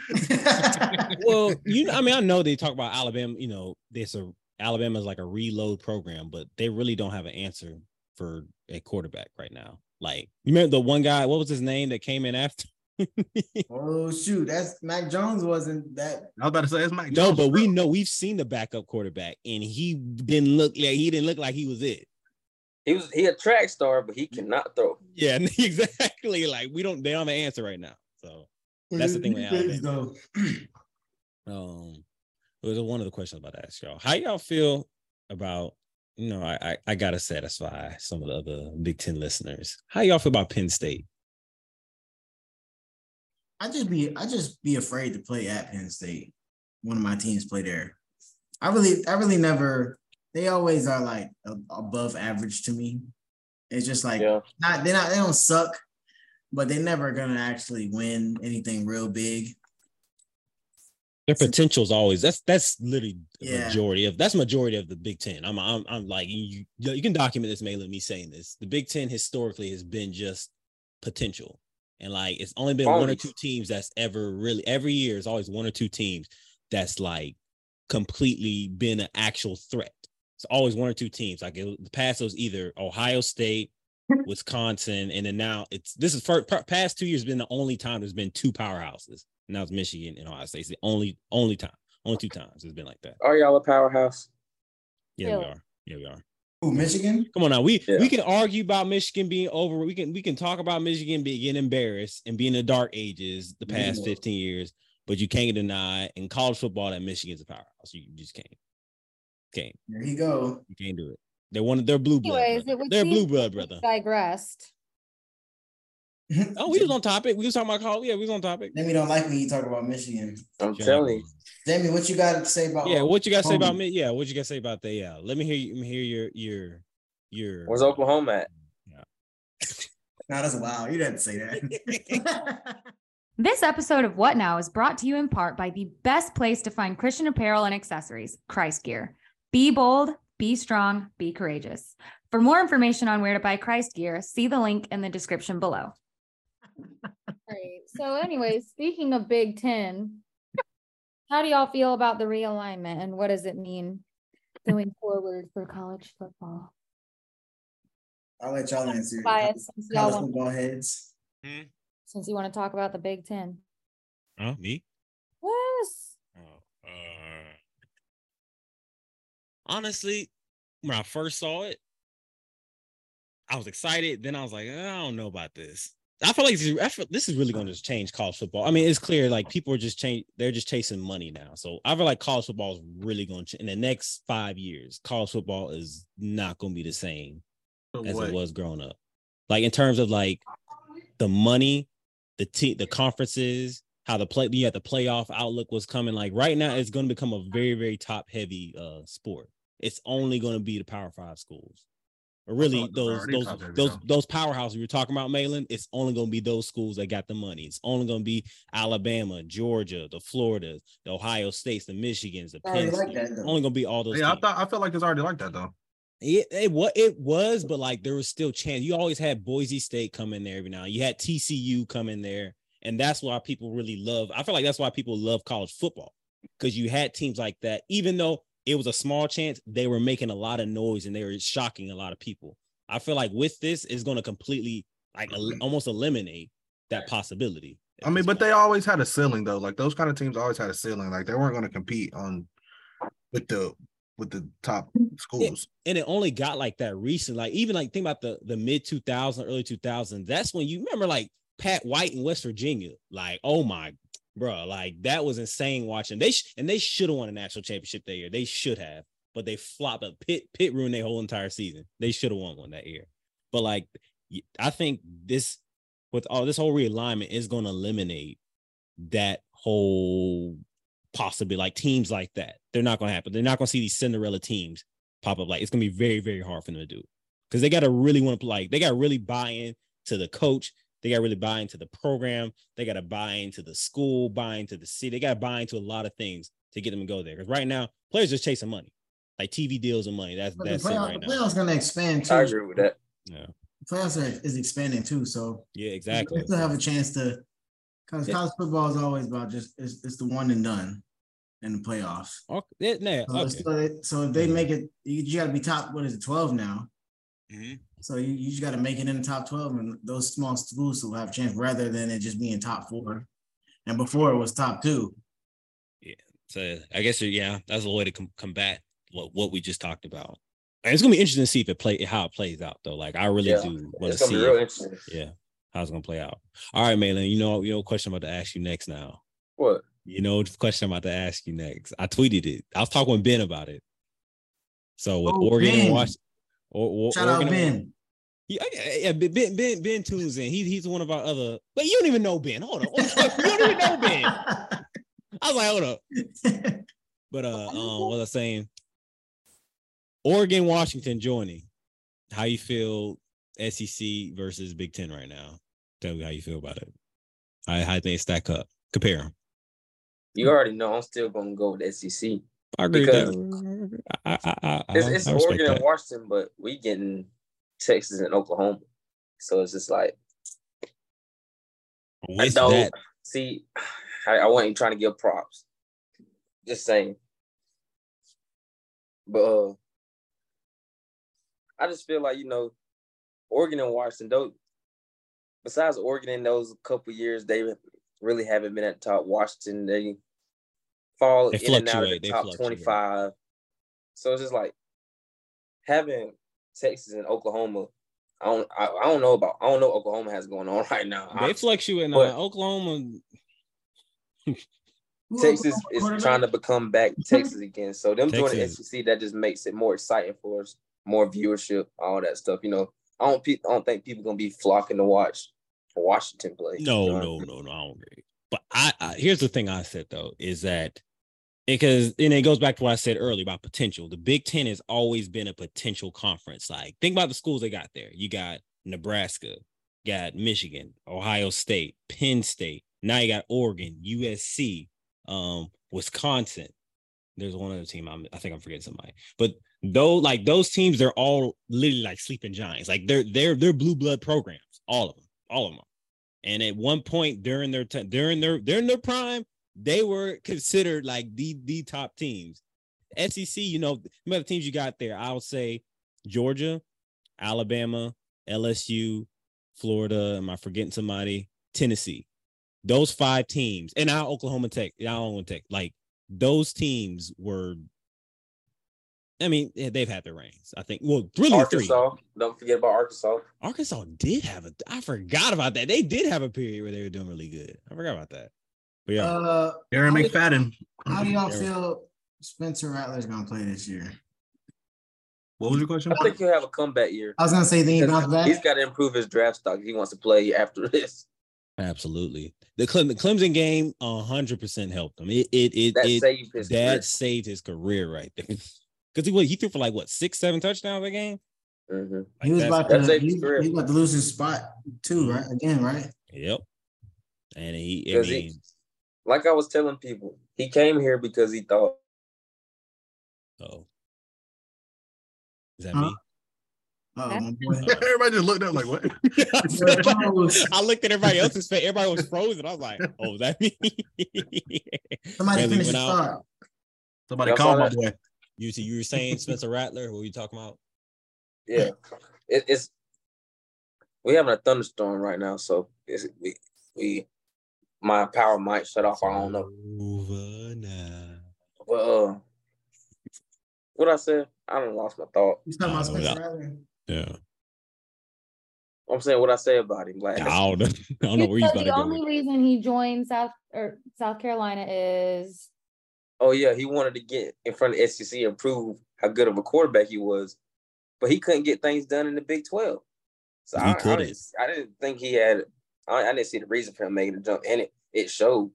[SPEAKER 6] well, you know, I mean, I know they talk about Alabama. You know, there's a Alabama's like a reload program, but they really don't have an answer for a quarterback right now. Like, you remember the one guy? What was his name that came in after?
[SPEAKER 4] oh shoot, that's Mac Jones wasn't that.
[SPEAKER 3] I was about to say it's Mike.
[SPEAKER 6] No,
[SPEAKER 3] Jones,
[SPEAKER 6] but
[SPEAKER 3] bro.
[SPEAKER 6] we know we've seen the backup quarterback, and he didn't look like he didn't look like he was it.
[SPEAKER 5] He was he a track star, but he cannot throw.
[SPEAKER 6] Yeah, exactly. Like we don't they don't have an answer right now. So That's the thing with Alabama.
[SPEAKER 4] Though.
[SPEAKER 6] um it was one of the questions I'm about to ask y'all. How y'all feel about you know, I, I I gotta satisfy some of the other Big Ten listeners. How y'all feel about Penn State?
[SPEAKER 4] I just be I just be afraid to play at Penn State. One of my teams play there. I really I really never. They always are like a- above average to me. It's just like
[SPEAKER 5] Yeah.
[SPEAKER 4] not they not they don't suck, but they never gonna actually win anything real big.
[SPEAKER 6] Their potential is always that's that's literally the
[SPEAKER 4] Yeah.
[SPEAKER 6] majority of that's majority of the Big Ten. I'm I'm, I'm like you you you can document this, Malin, me saying this. The Big Ten historically has been just potential, and like it's only been one or
[SPEAKER 5] Always.
[SPEAKER 6] two teams that's ever really every year is always one or two teams that's like completely been an actual threat. It's always one or two teams. Like it, the past it was either Ohio State, Wisconsin, and then now it's this is for past two years been the only time there's been two powerhouses. Now it's Michigan and Ohio State. It's the only only time, only two times it's been like that.
[SPEAKER 5] Are y'all a powerhouse?
[SPEAKER 6] Yeah, we
[SPEAKER 1] Yeah.
[SPEAKER 6] are. Yeah, we are.
[SPEAKER 4] Ooh, Michigan.
[SPEAKER 6] Come on now. We
[SPEAKER 5] Yeah.
[SPEAKER 6] we can argue about Michigan being over. We can we can talk about Michigan being getting embarrassed and being in the dark ages the past
[SPEAKER 4] Yeah.
[SPEAKER 6] 15 years, but you can't deny in college football that Michigan's a powerhouse. You just can't. Can't.
[SPEAKER 4] There you go.
[SPEAKER 6] You can't do it. They're one of their blue blood.
[SPEAKER 1] Anyways,
[SPEAKER 6] brother.
[SPEAKER 1] it would
[SPEAKER 6] They're
[SPEAKER 1] seem
[SPEAKER 6] blue blood, brother.
[SPEAKER 1] Digressed.
[SPEAKER 6] Oh, we was on topic. We was talking about college. Yeah, we was on topic.
[SPEAKER 4] Demi don't like when you talk about Michigan.
[SPEAKER 5] I'm
[SPEAKER 6] Sure.
[SPEAKER 5] telling you.
[SPEAKER 4] Demi, what you got to say about?
[SPEAKER 6] Yeah, what you gotta say about
[SPEAKER 4] Oklahoma?
[SPEAKER 6] me? Yeah, what you gotta say about that? Yeah, let me hear you. Let me hear your your your.
[SPEAKER 5] Where's Oklahoma at?
[SPEAKER 4] Nah, that's wild. You didn't say that.
[SPEAKER 8] This episode of What Now is brought to you in part by the best place to find Christian apparel and accessories, Christ Gear. Be bold, be strong, be courageous. For more information on where to buy Christ Gear, see the link in the description below.
[SPEAKER 1] Right. So, anyways, speaking of Big Ten, how do y'all feel about the realignment and what does it mean going forward for college football?
[SPEAKER 4] I'll let y'all answer.
[SPEAKER 1] Bias, since y'all
[SPEAKER 4] College
[SPEAKER 1] want,
[SPEAKER 4] football heads.
[SPEAKER 1] since you want to talk about the Big Ten.
[SPEAKER 6] Huh? Me?
[SPEAKER 1] Yes.
[SPEAKER 6] Oh, uh, honestly, when I first saw it, I was excited. Then I was like, I don't know about this. I feel like this is, I feel, this is really going to just change college football. I mean, it's clear like people are just change. They're just chasing money now. So I feel like college football is really going to in the next five years. College football is not going to be the same
[SPEAKER 3] So
[SPEAKER 6] as
[SPEAKER 3] what?
[SPEAKER 6] it was growing up. Like in terms of like the money, the te- the conferences, how the play yeah, the playoff outlook was coming. Like right now, it's going to become a very very top heavy uh sport. It's only going to be the Power Five schools, or really
[SPEAKER 3] thought they were
[SPEAKER 6] those
[SPEAKER 3] already
[SPEAKER 6] those
[SPEAKER 3] top heavy,
[SPEAKER 6] those
[SPEAKER 3] though.
[SPEAKER 6] those powerhouses we were talking about, Malin. It's only going to be those schools that got the money. It's only going to be Alabama, Georgia, the Florida, the Ohio States, the Michigan's, the
[SPEAKER 4] I already
[SPEAKER 6] Penn.
[SPEAKER 4] like
[SPEAKER 6] State.
[SPEAKER 4] that, though.
[SPEAKER 6] Only going to be all those.
[SPEAKER 3] Yeah, I
[SPEAKER 6] teams.
[SPEAKER 3] thought I felt like it's already like that though.
[SPEAKER 6] It, it what it was, but like there was still chance. You always had Boise State come in there every now. You had TCU come in there, and that's why people really love. I feel like that's why people love college football because you had teams like that. Even though it was a small chance, they were making a lot of noise and they were shocking a lot of people. I feel like with this, it's going to completely like el- almost eliminate that possibility. at
[SPEAKER 3] Mm-hmm. I mean,
[SPEAKER 6] this
[SPEAKER 3] but
[SPEAKER 6] point.
[SPEAKER 3] they always had a ceiling though. Like those kind of teams always had a ceiling. Like they weren't going to compete on with the with the top schools.
[SPEAKER 6] and it only got like that recent. Like even like think about the the mid 2000, early 2000s. That's when you remember like Pat White in West Virginia. Like oh my, bro, like that was insane watching. They sh- and they should have won a national championship that year. They should have, but they flopped up. Pit Pit ruined their whole entire season. They should have won one that year. But like y- I think this with all this whole realignment is going to eliminate that whole possibly like teams like that. They're not going to happen. They're not going to see these Cinderella teams pop up. Like it's gonna be very, very hard for them to do because they gotta really want to like they gotta really buy in to the coach. They gotta really buy into the program. They gotta buy into the school, buy into the city. They gotta buy into a lot of things to get them to go there. Because right now, players just chasing money, like TV deals and money. That's
[SPEAKER 4] But
[SPEAKER 6] that's
[SPEAKER 4] the
[SPEAKER 6] it
[SPEAKER 4] playoff,
[SPEAKER 6] right
[SPEAKER 4] the
[SPEAKER 6] now.
[SPEAKER 4] playoffs going to expand too.
[SPEAKER 5] I agree with that.
[SPEAKER 6] Yeah,
[SPEAKER 4] The playoffs are, is expanding too, so
[SPEAKER 6] yeah, exactly.
[SPEAKER 4] we still have a chance to. Because
[SPEAKER 6] Yeah.
[SPEAKER 4] college football is always about just it's, it's the one and done in the playoffs.
[SPEAKER 6] Okay, yeah, nah,
[SPEAKER 4] So,
[SPEAKER 6] okay.
[SPEAKER 4] so, they- so if they make it, you, you got to be top. What is it, twelve now?
[SPEAKER 6] Mhm.
[SPEAKER 4] So you, you just got to make it in the top twelve, and those small schools will have a chance rather than it just being top four. And before it was top two.
[SPEAKER 6] So I guess uh, yeah, that's a way to com- combat what what we just talked about. And it's gonna be interesting to see if it play how it plays out though. Like I really
[SPEAKER 5] Yeah,
[SPEAKER 6] do want
[SPEAKER 5] It's
[SPEAKER 6] to
[SPEAKER 5] gonna
[SPEAKER 6] see.
[SPEAKER 5] be
[SPEAKER 6] it.
[SPEAKER 5] real interesting.
[SPEAKER 6] Yeah, how's it gonna play out? All right, Malin. You know, you know, what question I'm about to ask you next. Now,
[SPEAKER 5] What?
[SPEAKER 6] you know, what question I'm about to ask you next. I tweeted it. I was talking with Ben about it. So with
[SPEAKER 4] Oh,
[SPEAKER 6] Oregon and
[SPEAKER 4] Ben.
[SPEAKER 6] Washington, or, or,
[SPEAKER 4] Shout
[SPEAKER 6] Oregon
[SPEAKER 4] out
[SPEAKER 6] and-
[SPEAKER 4] Ben.
[SPEAKER 6] Yeah, yeah, yeah, Ben, Ben, Ben, Ben tunes in. He, he's one of our other. But you don't even know Ben. Hold on, you don't even know Ben. I was like, hold up. But uh, um, what was I saying? Oregon, Washington joining. How you feel SEC versus Big Ten right now? Tell me how you feel about it. How how they stack up? Compare 'em.
[SPEAKER 5] You already know I'm still gonna go with SEC.
[SPEAKER 6] I agree
[SPEAKER 5] Because-
[SPEAKER 6] with that. I, I, I, I,
[SPEAKER 5] It's, it's
[SPEAKER 6] I respect
[SPEAKER 5] Oregon
[SPEAKER 6] that.
[SPEAKER 5] and Washington, but we getting Texas and Oklahoma. So it's just like
[SPEAKER 6] With
[SPEAKER 5] I don't
[SPEAKER 6] that,
[SPEAKER 5] see. I, I wasn't trying to give props, Just saying. But uh, I just feel like you know, Oregon and Washington. Though, besides Oregon in those couple years, they really haven't been at the top. Washington they fall
[SPEAKER 6] They
[SPEAKER 5] in and out of the
[SPEAKER 6] fluctuate, they
[SPEAKER 5] top
[SPEAKER 6] fluctuate.
[SPEAKER 5] twenty five. So it's just like having Texas and Oklahoma. I don't. I, I don't know about. I don't know what Oklahoma has going on right now.
[SPEAKER 6] They
[SPEAKER 5] I-
[SPEAKER 6] fluctuate. in
[SPEAKER 5] but-
[SPEAKER 6] Oklahoma,
[SPEAKER 4] Who
[SPEAKER 5] Texas
[SPEAKER 4] Oklahoma
[SPEAKER 5] is
[SPEAKER 4] quarterback? Hmm.
[SPEAKER 5] trying to become back Texas again. So them joining the
[SPEAKER 6] Texas.
[SPEAKER 5] SEC that just makes it more exciting for us, more viewership, all that stuff. You know, I don't pe- I don't think people gonna be flocking to watch Washington play. You
[SPEAKER 6] no,
[SPEAKER 5] know?
[SPEAKER 6] no, no, no. I don't agree. But I, I here's the thing I said though is that because and it goes back to what I said earlier about potential. The Big Ten has always been a potential conference. Like think about the schools they got there. You got Nebraska, got Michigan, Ohio State, Penn State. Now you got Oregon, USC, um, Wisconsin. There's one other team. I'm, I think I'm forgetting somebody. But though, like those teams, they're all literally like sleeping giants. Like they're they're they're blue blood programs. All of them. All of them. Are. And at one point during their time, during their during their prime, they were considered like the the top teams. SEC, you know, the other teams you got there, I'll say Georgia, Alabama, LSU, Florida. Am I forgetting somebody? Tennessee. Those five teams, and now Oklahoma Tech, now Oklahoma Tech, like those teams were. I mean, yeah, they've had their reigns. I think. Well, really, three.
[SPEAKER 5] Arkansas. Don't forget about Arkansas.
[SPEAKER 6] Arkansas did have a. I forgot about that. They did have a period where they were doing really good. I forgot about that. But yeah,
[SPEAKER 4] Uh,
[SPEAKER 3] Darren
[SPEAKER 4] How do-
[SPEAKER 3] McFadden.
[SPEAKER 4] how do y'all
[SPEAKER 6] There.
[SPEAKER 4] feel Spencer Rattler's gonna play this year?
[SPEAKER 3] What was your question?
[SPEAKER 5] I think he'll have a comeback year.
[SPEAKER 4] I was gonna say then he bounced back.
[SPEAKER 5] He's got to improve his draft stock. if He wants to play after this.
[SPEAKER 6] absolutely. The, Clem, the Clemson game, hundred percent helped him. It it it
[SPEAKER 5] That
[SPEAKER 6] it-
[SPEAKER 5] saved his.
[SPEAKER 6] that
[SPEAKER 5] That's
[SPEAKER 6] saved his career right there. Because he what he threw for like what six seven touchdowns a game.
[SPEAKER 5] hmm
[SPEAKER 6] Like,
[SPEAKER 4] He was
[SPEAKER 6] that's-
[SPEAKER 4] about
[SPEAKER 5] that's
[SPEAKER 4] to
[SPEAKER 5] a
[SPEAKER 4] he, he
[SPEAKER 5] script.
[SPEAKER 4] was about to lose his spot too, right? Again, right?
[SPEAKER 6] Yep. And he, I
[SPEAKER 5] Because he,
[SPEAKER 6] mean,
[SPEAKER 5] like I was telling people, he came here because he thought
[SPEAKER 6] oh, is that
[SPEAKER 4] Huh?
[SPEAKER 6] me?
[SPEAKER 4] Oh, my boy.
[SPEAKER 3] Everybody just looked up like what?
[SPEAKER 6] I looked at everybody else's face. Everybody was frozen. I was like, "Oh, is that me?"
[SPEAKER 4] Somebody
[SPEAKER 6] Really
[SPEAKER 4] finish the
[SPEAKER 6] went out.
[SPEAKER 4] start.
[SPEAKER 3] Somebody
[SPEAKER 5] Y'all
[SPEAKER 3] called
[SPEAKER 5] saw
[SPEAKER 3] my
[SPEAKER 5] that?
[SPEAKER 3] boy.
[SPEAKER 6] You see, you were saying Spencer Rattler. Who are you talking about?
[SPEAKER 5] yeah, it, it's we having a thunderstorm right now, so it's, we we my power might shut off. I don't know,
[SPEAKER 6] Over now.
[SPEAKER 5] but uh, what I said, I don't lost my thought.
[SPEAKER 4] You talking
[SPEAKER 6] Nah,
[SPEAKER 4] about
[SPEAKER 6] no,
[SPEAKER 4] Spencer
[SPEAKER 6] no.
[SPEAKER 4] Rattler?
[SPEAKER 6] Yeah,
[SPEAKER 5] I'm saying what I say about him.
[SPEAKER 6] I
[SPEAKER 5] Like,
[SPEAKER 6] don't know. I don't know where he's
[SPEAKER 1] So
[SPEAKER 6] about to
[SPEAKER 1] the
[SPEAKER 6] go.
[SPEAKER 1] only reason he joined South or South Carolina is
[SPEAKER 5] oh yeah, he wanted to get in front of SEC and prove how good of a quarterback he was, but he couldn't get things done in the Big Twelve. So
[SPEAKER 6] He
[SPEAKER 5] I, I
[SPEAKER 6] couldn't.
[SPEAKER 5] didn't, I didn't think he had. I, I didn't see the reason for him making the jump, and it it showed.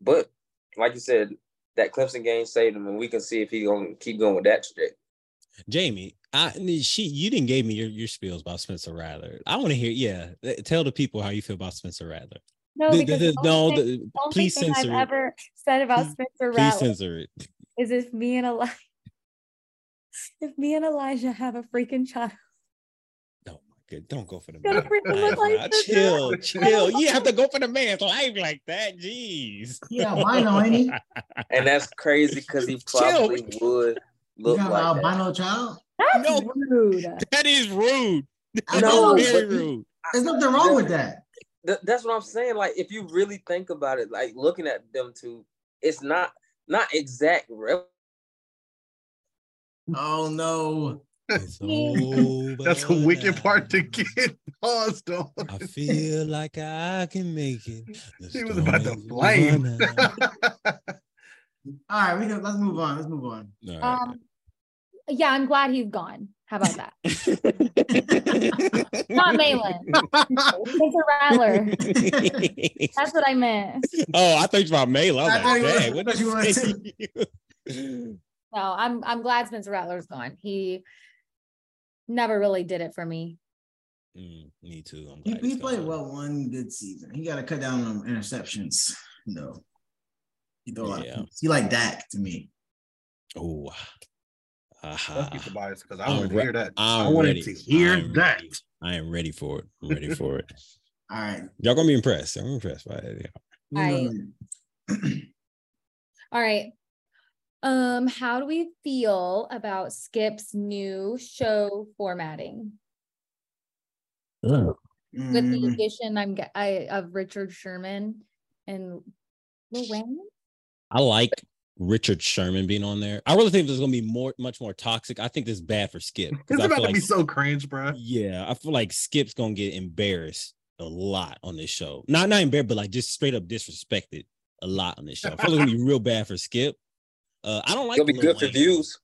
[SPEAKER 5] But like you said, that Clemson game saved him, and we can see if he gonna keep going with that today.
[SPEAKER 6] Jamie, I she you didn't give me your, your spiels about Spencer Rattler. I want to hear. Yeah, th- tell the people how you feel about Spencer Rattler.
[SPEAKER 1] no.
[SPEAKER 6] Th-
[SPEAKER 1] because
[SPEAKER 6] th-
[SPEAKER 1] the
[SPEAKER 6] no,
[SPEAKER 1] only thing-
[SPEAKER 6] th-
[SPEAKER 1] the only
[SPEAKER 6] please
[SPEAKER 1] thing
[SPEAKER 6] censor
[SPEAKER 1] I've
[SPEAKER 6] it.
[SPEAKER 1] ever said about
[SPEAKER 6] Please-
[SPEAKER 1] Spencer
[SPEAKER 6] Please
[SPEAKER 1] Rattler
[SPEAKER 6] censor it.
[SPEAKER 1] is if me and Elijah, if me and Elijah have a freaking child,
[SPEAKER 6] No, Oh my good. Don't go for the
[SPEAKER 1] Gotta
[SPEAKER 6] man.
[SPEAKER 1] freaking
[SPEAKER 6] I ain't
[SPEAKER 1] look like
[SPEAKER 6] gonna-
[SPEAKER 1] this
[SPEAKER 6] chill,
[SPEAKER 1] now.
[SPEAKER 6] chill. You have to go for the man. So I ain't like that. Jeez.
[SPEAKER 4] Yeah, albino, ain't he?
[SPEAKER 5] And that's crazy because he probably would
[SPEAKER 4] You
[SPEAKER 5] look
[SPEAKER 4] got an
[SPEAKER 5] like that.
[SPEAKER 4] albino child?
[SPEAKER 1] that's
[SPEAKER 6] No.
[SPEAKER 1] rude.
[SPEAKER 6] That is rude. That
[SPEAKER 5] No,
[SPEAKER 6] is very
[SPEAKER 5] but you-
[SPEAKER 6] rude.
[SPEAKER 4] There's nothing wrong with that.
[SPEAKER 5] Th- that's what I'm saying. Like if you really think about it, like looking at them two, it's not not exact rep.
[SPEAKER 4] Oh no.
[SPEAKER 6] It's over
[SPEAKER 3] That's a wicked
[SPEAKER 6] now.
[SPEAKER 3] part to get paused on.
[SPEAKER 6] I feel like I can make it. The
[SPEAKER 3] He was about to
[SPEAKER 6] storm is
[SPEAKER 3] blame.
[SPEAKER 6] over now.
[SPEAKER 4] All right, we can let's move on. Let's move on.
[SPEAKER 6] All right.
[SPEAKER 1] Um, yeah, I'm glad he's gone. How about that? Not Malin. Spencer Rattler. That's what I meant.
[SPEAKER 6] oh, I think about Mela.
[SPEAKER 4] I thought
[SPEAKER 6] I
[SPEAKER 4] you
[SPEAKER 6] was
[SPEAKER 4] were-
[SPEAKER 6] like, dang, what
[SPEAKER 4] I thought you
[SPEAKER 6] the fuck?
[SPEAKER 1] No, I'm I'm glad Spencer Rattler's gone. He never really did it for me.
[SPEAKER 6] Mm, me too. I'm
[SPEAKER 4] He,
[SPEAKER 6] glad
[SPEAKER 4] he
[SPEAKER 6] he's
[SPEAKER 4] played
[SPEAKER 6] gone.
[SPEAKER 4] well one good season. He gotta cut down on interceptions, though. He throw a lot of
[SPEAKER 6] Yeah.
[SPEAKER 4] picks. he like Dak to me.
[SPEAKER 6] Oh, ah. aha.
[SPEAKER 3] Fuck you, Tobias, because I
[SPEAKER 6] I'm
[SPEAKER 3] wanted to
[SPEAKER 6] re-
[SPEAKER 3] hear that.
[SPEAKER 6] I'm
[SPEAKER 3] I wanted
[SPEAKER 6] ready.
[SPEAKER 3] to hear
[SPEAKER 6] I'm
[SPEAKER 3] that.
[SPEAKER 6] ready. I am ready for it. I'm ready for it.
[SPEAKER 4] All right.
[SPEAKER 6] Y'all gonna be impressed. I'm impressed by it.
[SPEAKER 4] moving
[SPEAKER 1] All right. All right. Um, how do we feel about Skip's new show formatting
[SPEAKER 6] Ugh.
[SPEAKER 1] with the
[SPEAKER 4] Mm,
[SPEAKER 1] addition I'm ge- I of Richard Sherman and Lil Wayne?
[SPEAKER 6] I like Richard Sherman being on there. I really think there's gonna be more, much more toxic. I think this is bad for Skip. 'cause
[SPEAKER 3] It's
[SPEAKER 6] I
[SPEAKER 3] about
[SPEAKER 6] feel
[SPEAKER 3] to be
[SPEAKER 6] like-
[SPEAKER 3] so cringe, bro.
[SPEAKER 6] Yeah, I feel like Skip's gonna get embarrassed a lot on this show. Not not embarrassed, but like just straight up disrespected a lot on this show. I feel like it's gonna be real bad for Skip. Uh, I don't like
[SPEAKER 5] It'll be
[SPEAKER 6] the Lil
[SPEAKER 5] good for
[SPEAKER 6] Wayne.
[SPEAKER 5] views.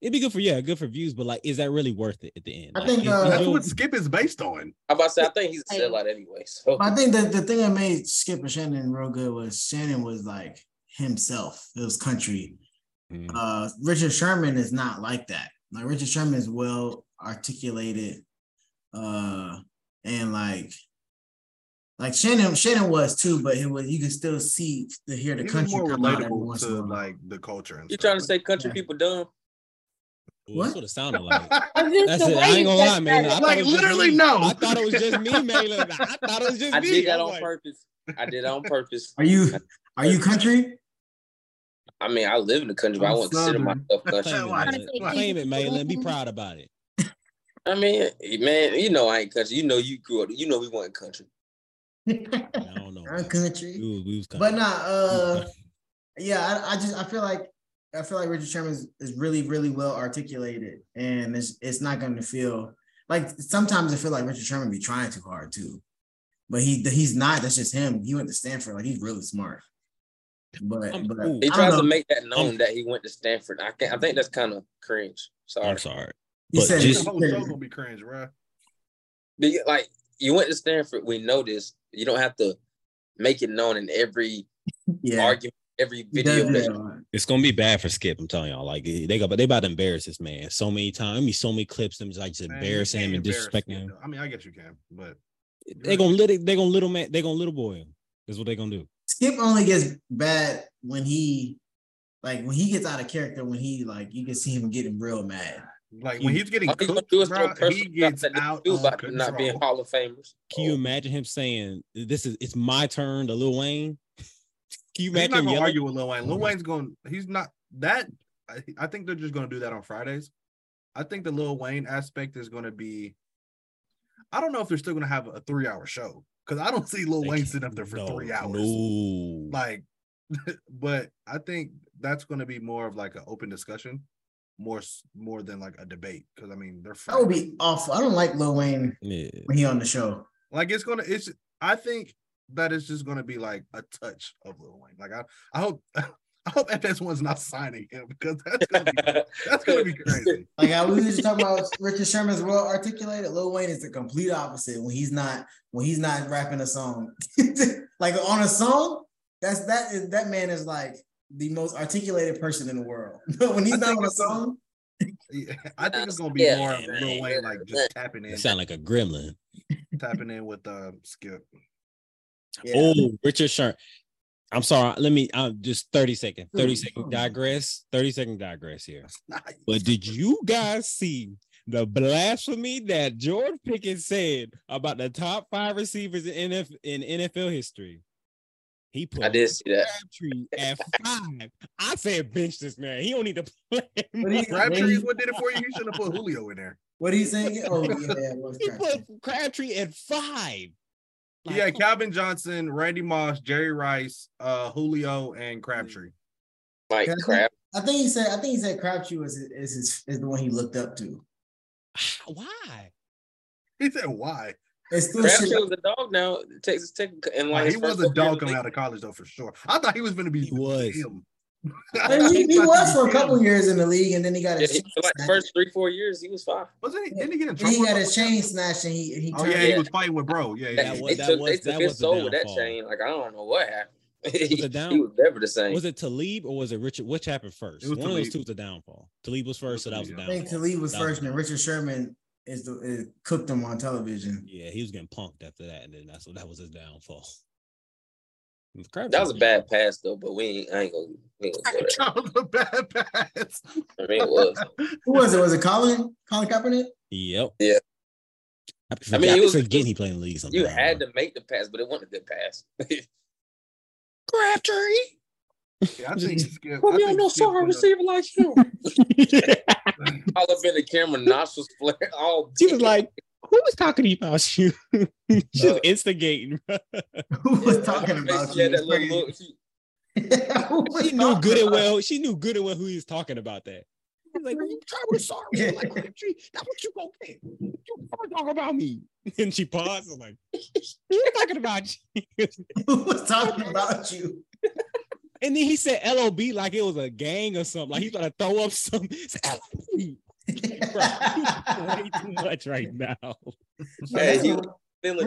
[SPEAKER 6] It'd be good for yeah, good for views, but like, is that really worth it at the end?
[SPEAKER 4] I
[SPEAKER 6] Like,
[SPEAKER 4] think,
[SPEAKER 6] is-
[SPEAKER 4] uh,
[SPEAKER 6] is
[SPEAKER 3] That's
[SPEAKER 6] your-
[SPEAKER 3] what Skip is based on.
[SPEAKER 5] I'm about to say I think he's a
[SPEAKER 1] Right.
[SPEAKER 5] sellout anyway. So
[SPEAKER 4] I think that the thing that made Skip and Shannon real good was Shannon was like himself. It was country.
[SPEAKER 6] Mhm.
[SPEAKER 4] Uh, Richard Sherman is not like that. Like Richard Sherman is well articulated, uh, and like, like Shannon, Shannon was too, but it was you could still see to hear the
[SPEAKER 3] He's
[SPEAKER 4] country
[SPEAKER 3] more
[SPEAKER 4] come out every
[SPEAKER 3] relatable
[SPEAKER 4] once in a
[SPEAKER 3] to
[SPEAKER 4] while.
[SPEAKER 3] like the culture. And
[SPEAKER 5] you're
[SPEAKER 3] stuff.
[SPEAKER 5] trying to say country
[SPEAKER 4] Yeah.
[SPEAKER 5] people dumb?
[SPEAKER 6] Well, that's
[SPEAKER 4] What?
[SPEAKER 6] what it sounded like.
[SPEAKER 1] Of this,
[SPEAKER 6] That's
[SPEAKER 1] the
[SPEAKER 6] it.
[SPEAKER 1] way
[SPEAKER 6] I ain't
[SPEAKER 1] you
[SPEAKER 6] gonna
[SPEAKER 1] just
[SPEAKER 6] lie, man.
[SPEAKER 1] said
[SPEAKER 6] I
[SPEAKER 1] it.
[SPEAKER 6] thought
[SPEAKER 3] Like,
[SPEAKER 6] it was just
[SPEAKER 3] literally,
[SPEAKER 6] me.
[SPEAKER 3] no.
[SPEAKER 6] I thought it was just me, Maylin. I thought it was just
[SPEAKER 5] I
[SPEAKER 6] me.
[SPEAKER 5] did that
[SPEAKER 6] I'm
[SPEAKER 5] on
[SPEAKER 6] like,
[SPEAKER 5] purpose. I did that on purpose.
[SPEAKER 4] Are you are you country?
[SPEAKER 5] I mean, I live in the country, but I
[SPEAKER 4] I'm
[SPEAKER 5] wouldn't consider
[SPEAKER 4] Southern.
[SPEAKER 5] myself country.
[SPEAKER 6] Claim it,
[SPEAKER 3] Why?
[SPEAKER 6] Maylin.
[SPEAKER 3] Why?
[SPEAKER 6] Claim it, Maylin. Be proud about it.
[SPEAKER 5] I mean, eh, man, you know I ain't country. You know you grew up. You know we weren't country.
[SPEAKER 6] I don't know.
[SPEAKER 4] I'm
[SPEAKER 6] man. We
[SPEAKER 4] country.
[SPEAKER 6] was, we was kinda-
[SPEAKER 4] But nah, uh yeah, I, I just I feel like I feel like Richard Sherman is, is really, really well articulated and it's it's not gonna feel like sometimes I feel like Richard Sherman be trying too hard too. But he he's not, that's just him. He went to Stanford, like he's really smart. But,
[SPEAKER 6] I'm-
[SPEAKER 4] but
[SPEAKER 6] ooh.
[SPEAKER 5] He
[SPEAKER 4] I don't
[SPEAKER 5] tries to
[SPEAKER 4] know.
[SPEAKER 5] make that known
[SPEAKER 6] Um,
[SPEAKER 5] that he went to Stanford. I can not I think that's kind of cringe. Sorry.
[SPEAKER 6] I'm sorry.
[SPEAKER 4] he
[SPEAKER 6] but
[SPEAKER 4] said
[SPEAKER 3] The
[SPEAKER 6] just-
[SPEAKER 3] whole show gonna be cringe, bro.
[SPEAKER 5] But you- like you went to Stanford, we know this. You don't have to make it known in every
[SPEAKER 4] yeah,
[SPEAKER 5] argument, every
[SPEAKER 4] he does
[SPEAKER 5] video.
[SPEAKER 4] do
[SPEAKER 5] that
[SPEAKER 4] that
[SPEAKER 5] you-
[SPEAKER 4] a lot.
[SPEAKER 6] It's gonna be bad for Skip. I'm telling y'all, like they got they about to embarrass this man so many times. I mean, so many clips them just like just
[SPEAKER 3] Man, you
[SPEAKER 6] embarrassing him
[SPEAKER 3] can't
[SPEAKER 6] and
[SPEAKER 3] embarrass
[SPEAKER 6] disrespecting
[SPEAKER 3] Skip,
[SPEAKER 6] him.
[SPEAKER 3] though. I mean, I guess you can, but
[SPEAKER 6] They gonna little they gonna little man they gonna little boy him. Is what they gonna do.
[SPEAKER 4] Skip only gets bad when he like when he gets out of character when he like you can see him getting real mad.
[SPEAKER 3] like when
[SPEAKER 6] You-
[SPEAKER 3] he's getting
[SPEAKER 5] All you gonna
[SPEAKER 3] cooked,
[SPEAKER 5] do is throw
[SPEAKER 3] bro,
[SPEAKER 5] personal
[SPEAKER 3] he
[SPEAKER 5] stuff
[SPEAKER 3] gets
[SPEAKER 5] that they
[SPEAKER 3] out
[SPEAKER 5] do
[SPEAKER 3] of
[SPEAKER 5] about them not being
[SPEAKER 3] control.
[SPEAKER 5] Hall of Famers.
[SPEAKER 3] Oh.
[SPEAKER 6] Can you imagine him saying, "This is it's my turn," to Lil Wayne? Can you
[SPEAKER 3] He's
[SPEAKER 6] imagine
[SPEAKER 3] not
[SPEAKER 6] him
[SPEAKER 3] gonna
[SPEAKER 6] yelling?
[SPEAKER 3] argue with Lil Wayne. Lil Wayne's going. He's not that. I, I think they're just gonna do that on Fridays. I think the Lil Wayne aspect is gonna be. I don't know if they're still gonna have a three-hour show because I don't see Lil
[SPEAKER 6] They
[SPEAKER 3] Wayne
[SPEAKER 6] can't-
[SPEAKER 3] sitting up there for
[SPEAKER 6] no,
[SPEAKER 3] three hours.
[SPEAKER 6] No,
[SPEAKER 3] Like, but I think that's gonna be more of like an open discussion, more s- more than like a debate. Because I mean, they're
[SPEAKER 4] That would
[SPEAKER 3] friends.
[SPEAKER 4] be awful. I don't like Lil Wayne
[SPEAKER 6] yeah.
[SPEAKER 4] when he on the show.
[SPEAKER 3] Like it's gonna it's I think that is just gonna be like a touch of Lil Wayne. Like I I hope I hope FS one's not signing him because that's gonna be that's gonna be crazy. Uh,
[SPEAKER 4] Like how we were just talking about Richard Sherman's well articulated. Lil Wayne is the complete opposite when he's not when he's not rapping a song. like on a song, that's that is that man is like the most articulated person in the world. But when he's
[SPEAKER 3] I
[SPEAKER 4] not
[SPEAKER 3] think
[SPEAKER 4] on a
[SPEAKER 3] it's-
[SPEAKER 4] song,
[SPEAKER 3] Yeah, I think it's gonna be
[SPEAKER 5] Yeah,
[SPEAKER 3] more of Lil
[SPEAKER 5] man.
[SPEAKER 3] Wayne like just tapping in
[SPEAKER 6] It sound like a gremlin.
[SPEAKER 3] tapping in with uh Skip.
[SPEAKER 4] yeah.
[SPEAKER 6] Oh, Richard Sherman. I'm sorry. Let me. I'm just 30 second. 30
[SPEAKER 4] Ooh,
[SPEAKER 5] Mm.
[SPEAKER 6] second
[SPEAKER 4] oh.
[SPEAKER 6] digress. 30 second digress here.
[SPEAKER 3] That's not-
[SPEAKER 6] But did you guys see the blasphemy that George Pickens said about the top five receivers in NFL, in NFL history? He put
[SPEAKER 5] I did see that.
[SPEAKER 6] Crabtree at five. I said, bench this man. He don't need to play.
[SPEAKER 4] What do you-
[SPEAKER 3] Crabtree is what did it for you. You should have put Julio in there.
[SPEAKER 4] What are you saying? Oh yeah, yeah, it was
[SPEAKER 6] He
[SPEAKER 4] Crabtree.
[SPEAKER 6] put Crabtree at five.
[SPEAKER 3] He
[SPEAKER 6] Like,
[SPEAKER 3] had Calvin Johnson, Randy Moss, Jerry Rice, uh Julio, and Crabtree.
[SPEAKER 5] Like
[SPEAKER 4] Yeah.
[SPEAKER 5] crap.
[SPEAKER 4] I think he said. I think he said Crabtree was his, is his, is the one he looked up to.
[SPEAKER 6] Why?
[SPEAKER 3] He said why?
[SPEAKER 4] It's still shit.
[SPEAKER 5] Crabtree was a dog now. Texas Tech and like
[SPEAKER 3] Like,
[SPEAKER 5] his
[SPEAKER 3] he was
[SPEAKER 5] first
[SPEAKER 3] a
[SPEAKER 5] couple years
[SPEAKER 3] dog
[SPEAKER 5] of
[SPEAKER 3] coming
[SPEAKER 5] the
[SPEAKER 3] out of college though for sure. I thought he was gonna be
[SPEAKER 6] He was.
[SPEAKER 3] him.
[SPEAKER 4] Well, he, he
[SPEAKER 3] About to
[SPEAKER 4] was for
[SPEAKER 3] be
[SPEAKER 4] a couple
[SPEAKER 3] him.
[SPEAKER 4] years in the league, and then he got
[SPEAKER 5] league.
[SPEAKER 4] his
[SPEAKER 5] Yeah,
[SPEAKER 4] chain
[SPEAKER 5] for like the
[SPEAKER 4] snatched.
[SPEAKER 5] first three, four years, he was fine.
[SPEAKER 3] Wasn't he? Didn't he get in
[SPEAKER 4] Then
[SPEAKER 3] trouble?
[SPEAKER 4] he got
[SPEAKER 3] about that?
[SPEAKER 4] his chain snatched, and he he
[SPEAKER 3] Oh
[SPEAKER 4] turned.
[SPEAKER 3] yeah, he was fighting with bro. Yeah, yeah.
[SPEAKER 6] That
[SPEAKER 5] They-
[SPEAKER 3] yeah.
[SPEAKER 6] was-
[SPEAKER 5] they
[SPEAKER 6] that
[SPEAKER 5] took,
[SPEAKER 6] was-
[SPEAKER 5] they
[SPEAKER 6] that
[SPEAKER 5] took
[SPEAKER 6] was
[SPEAKER 5] his
[SPEAKER 6] the
[SPEAKER 5] soul with that
[SPEAKER 6] downfall.
[SPEAKER 5] chain. Like I don't know what happened.
[SPEAKER 6] was
[SPEAKER 5] he,
[SPEAKER 6] a down-
[SPEAKER 5] was never the same.
[SPEAKER 6] Was it Talib or was it Richard? Which happened first?
[SPEAKER 3] It was
[SPEAKER 6] One of those
[SPEAKER 3] Talib.
[SPEAKER 6] two was the downfall. Talib was first, so that was the
[SPEAKER 3] Talib, yeah.
[SPEAKER 4] I
[SPEAKER 6] downfall.
[SPEAKER 4] think Talib was
[SPEAKER 6] That was-
[SPEAKER 4] first, and Richard Sherman is the is cooked him on television.
[SPEAKER 6] Yeah, he was getting punked after that, and then that's what that was his downfall. Crabtree
[SPEAKER 5] That was a
[SPEAKER 6] man.
[SPEAKER 5] bad pass though, but we ain't, I ain't gonna. We ain't gonna go
[SPEAKER 3] That
[SPEAKER 5] there.
[SPEAKER 3] was a bad pass.
[SPEAKER 5] I mean, it was.
[SPEAKER 4] Who was it? Was it Colin? Colin Kaepernick?
[SPEAKER 6] Yep.
[SPEAKER 5] Yeah.
[SPEAKER 6] I, be
[SPEAKER 5] I
[SPEAKER 6] forget-
[SPEAKER 5] mean,
[SPEAKER 6] I
[SPEAKER 5] it
[SPEAKER 6] be
[SPEAKER 5] was-
[SPEAKER 6] forgetting he played in the league. Sometimes.
[SPEAKER 5] You had to make the pass, but it wasn't a good pass.
[SPEAKER 6] Crabtree.
[SPEAKER 3] Yeah, I think Skip.
[SPEAKER 5] Romeo,
[SPEAKER 3] I think
[SPEAKER 5] no
[SPEAKER 3] Skip's
[SPEAKER 5] sorry
[SPEAKER 3] gonna-
[SPEAKER 5] receiver like you. All up in the camera, nostrils flare. All
[SPEAKER 6] She was like, "Who was talking to you about you?" She's
[SPEAKER 5] Uh,
[SPEAKER 6] instigating. bro.
[SPEAKER 4] Who was
[SPEAKER 5] Yeah,
[SPEAKER 4] talking
[SPEAKER 5] her face,
[SPEAKER 4] about
[SPEAKER 5] she had
[SPEAKER 4] you? It's
[SPEAKER 5] that little
[SPEAKER 4] crazy.
[SPEAKER 5] look. She-
[SPEAKER 4] Who was
[SPEAKER 6] She knew good and
[SPEAKER 4] talking
[SPEAKER 6] well. She knew good and well who he was talking about. That. He's like, "You terribly sorry.
[SPEAKER 4] Yeah.
[SPEAKER 6] I'm Like, Crabtree, that's what you gonna get. You never talk about me." And she paused and like, "Who was talking about you?"
[SPEAKER 4] about- Who was talking about you?
[SPEAKER 6] And then he said "LOB" like it was a gang or something. Like he's gonna throw up something. He said, "LOB." Bro, way too much right now.
[SPEAKER 5] Hey, he
[SPEAKER 4] That's
[SPEAKER 5] was feeling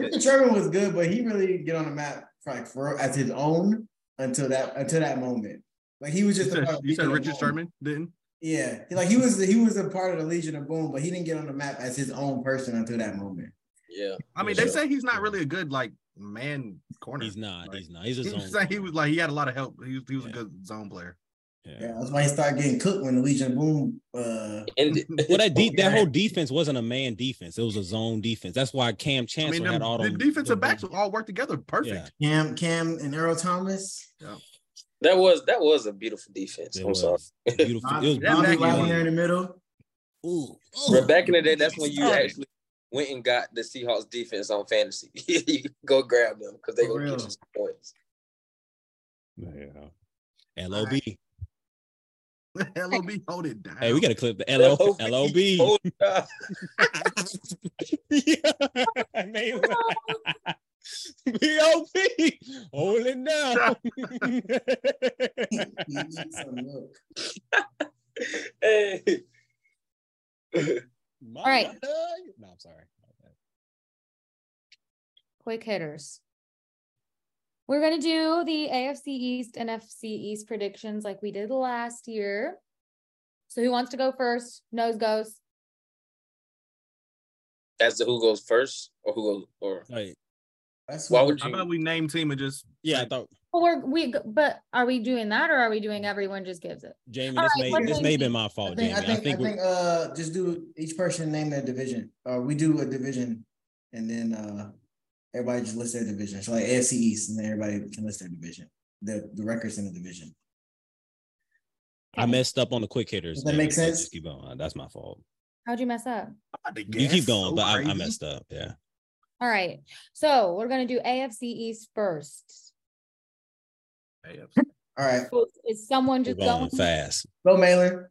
[SPEAKER 4] Richard
[SPEAKER 5] it.
[SPEAKER 4] Sherman was good, but he really didn't get on the map like for as his own until that until that moment. Like he was
[SPEAKER 3] You
[SPEAKER 4] just a
[SPEAKER 3] said,
[SPEAKER 4] part of
[SPEAKER 3] you said
[SPEAKER 4] Legion of
[SPEAKER 3] Richard
[SPEAKER 4] Boom.
[SPEAKER 3] Sherman didn't.
[SPEAKER 4] Yeah, he- like he was he was a part of the Legion of Boom, but he didn't get on the map as his own person until that moment.
[SPEAKER 5] Yeah.
[SPEAKER 3] I mean,
[SPEAKER 6] Yeah.
[SPEAKER 3] they say he's not really a good like man corner.
[SPEAKER 6] He's not.
[SPEAKER 3] Like,
[SPEAKER 6] He's not. He's
[SPEAKER 3] he
[SPEAKER 6] his
[SPEAKER 3] was
[SPEAKER 6] own.
[SPEAKER 3] saying he was like he had a lot of help. He was he was
[SPEAKER 6] Yeah.
[SPEAKER 3] a good zone player.
[SPEAKER 6] Yeah.
[SPEAKER 4] Yeah, that's why he started getting cooked when the Legion of Boom. Uh,
[SPEAKER 5] And it-
[SPEAKER 6] Well, that de- that whole defense wasn't a man defense. It was a zone defense. That's why Cam
[SPEAKER 3] I
[SPEAKER 6] Chancellor
[SPEAKER 3] mean, them,
[SPEAKER 6] had all
[SPEAKER 3] the
[SPEAKER 6] them-
[SPEAKER 3] defensive
[SPEAKER 6] them-
[SPEAKER 3] backs all work together perfect.
[SPEAKER 4] Cam Cam and Earl Thomas.
[SPEAKER 5] that was that was a beautiful defense.
[SPEAKER 6] It
[SPEAKER 5] I'm sorry.
[SPEAKER 6] was beautiful. It was
[SPEAKER 4] Bobby
[SPEAKER 3] That
[SPEAKER 4] Bobby
[SPEAKER 3] back
[SPEAKER 4] Wagner
[SPEAKER 3] end.
[SPEAKER 4] in the middle.
[SPEAKER 6] Ooh,
[SPEAKER 5] But back in the day, that's when you
[SPEAKER 6] Sorry.
[SPEAKER 5] actually went and got the Seahawks defense on fantasy. you go grab them because they
[SPEAKER 4] For
[SPEAKER 5] gonna
[SPEAKER 4] real.
[SPEAKER 5] get you some points.
[SPEAKER 6] Yeah. LOB.
[SPEAKER 3] LOB hold it down.
[SPEAKER 6] Hey, we got to clip the LO, LOB.
[SPEAKER 5] Oh, God.
[SPEAKER 6] yeah. I mean, BOP. Hold it down.
[SPEAKER 4] He needs some milk.
[SPEAKER 5] hey.
[SPEAKER 6] All
[SPEAKER 1] right.
[SPEAKER 6] No, I'm sorry.
[SPEAKER 1] Quick hitters. We're going to do the AFC East and FC East predictions like we did last year. So who wants to go first? Nose goes.
[SPEAKER 5] As to who goes first or who goes or
[SPEAKER 6] Right.
[SPEAKER 4] That's
[SPEAKER 5] why
[SPEAKER 4] what-
[SPEAKER 5] would
[SPEAKER 3] How about
[SPEAKER 5] you?
[SPEAKER 3] we name team and just
[SPEAKER 6] Yeah, I thought
[SPEAKER 1] Well, we're, we but are we doing that or are we doing everyone just gives it?
[SPEAKER 6] Jamie,
[SPEAKER 1] All
[SPEAKER 6] this
[SPEAKER 1] right,
[SPEAKER 6] may
[SPEAKER 1] what
[SPEAKER 6] this
[SPEAKER 1] do
[SPEAKER 6] may
[SPEAKER 1] you
[SPEAKER 6] have been my
[SPEAKER 4] I
[SPEAKER 6] fault,
[SPEAKER 4] think,
[SPEAKER 6] Oh, Jamie.
[SPEAKER 4] I think, I think,
[SPEAKER 6] we
[SPEAKER 4] uh just do each person name their division. Uh we do a division and then uh everybody just list their division. So like AFC East and then everybody can list their division. The the records in the division.
[SPEAKER 6] I messed up on the quick hitters.
[SPEAKER 4] Does that
[SPEAKER 6] man.
[SPEAKER 4] make
[SPEAKER 6] So
[SPEAKER 4] sense?
[SPEAKER 6] Just keep going. That's my fault.
[SPEAKER 1] How'd you mess up?
[SPEAKER 3] I'm about to
[SPEAKER 6] you
[SPEAKER 3] guess.
[SPEAKER 6] keep going,
[SPEAKER 3] So
[SPEAKER 6] but I, I
[SPEAKER 3] crazy.
[SPEAKER 6] messed up. Yeah.
[SPEAKER 1] All right. So we're going to do AFC East first.
[SPEAKER 3] AFC.
[SPEAKER 4] All right.
[SPEAKER 1] So Is someone
[SPEAKER 6] We're
[SPEAKER 1] just
[SPEAKER 6] going
[SPEAKER 1] going?
[SPEAKER 6] fast.
[SPEAKER 4] Go Mailer.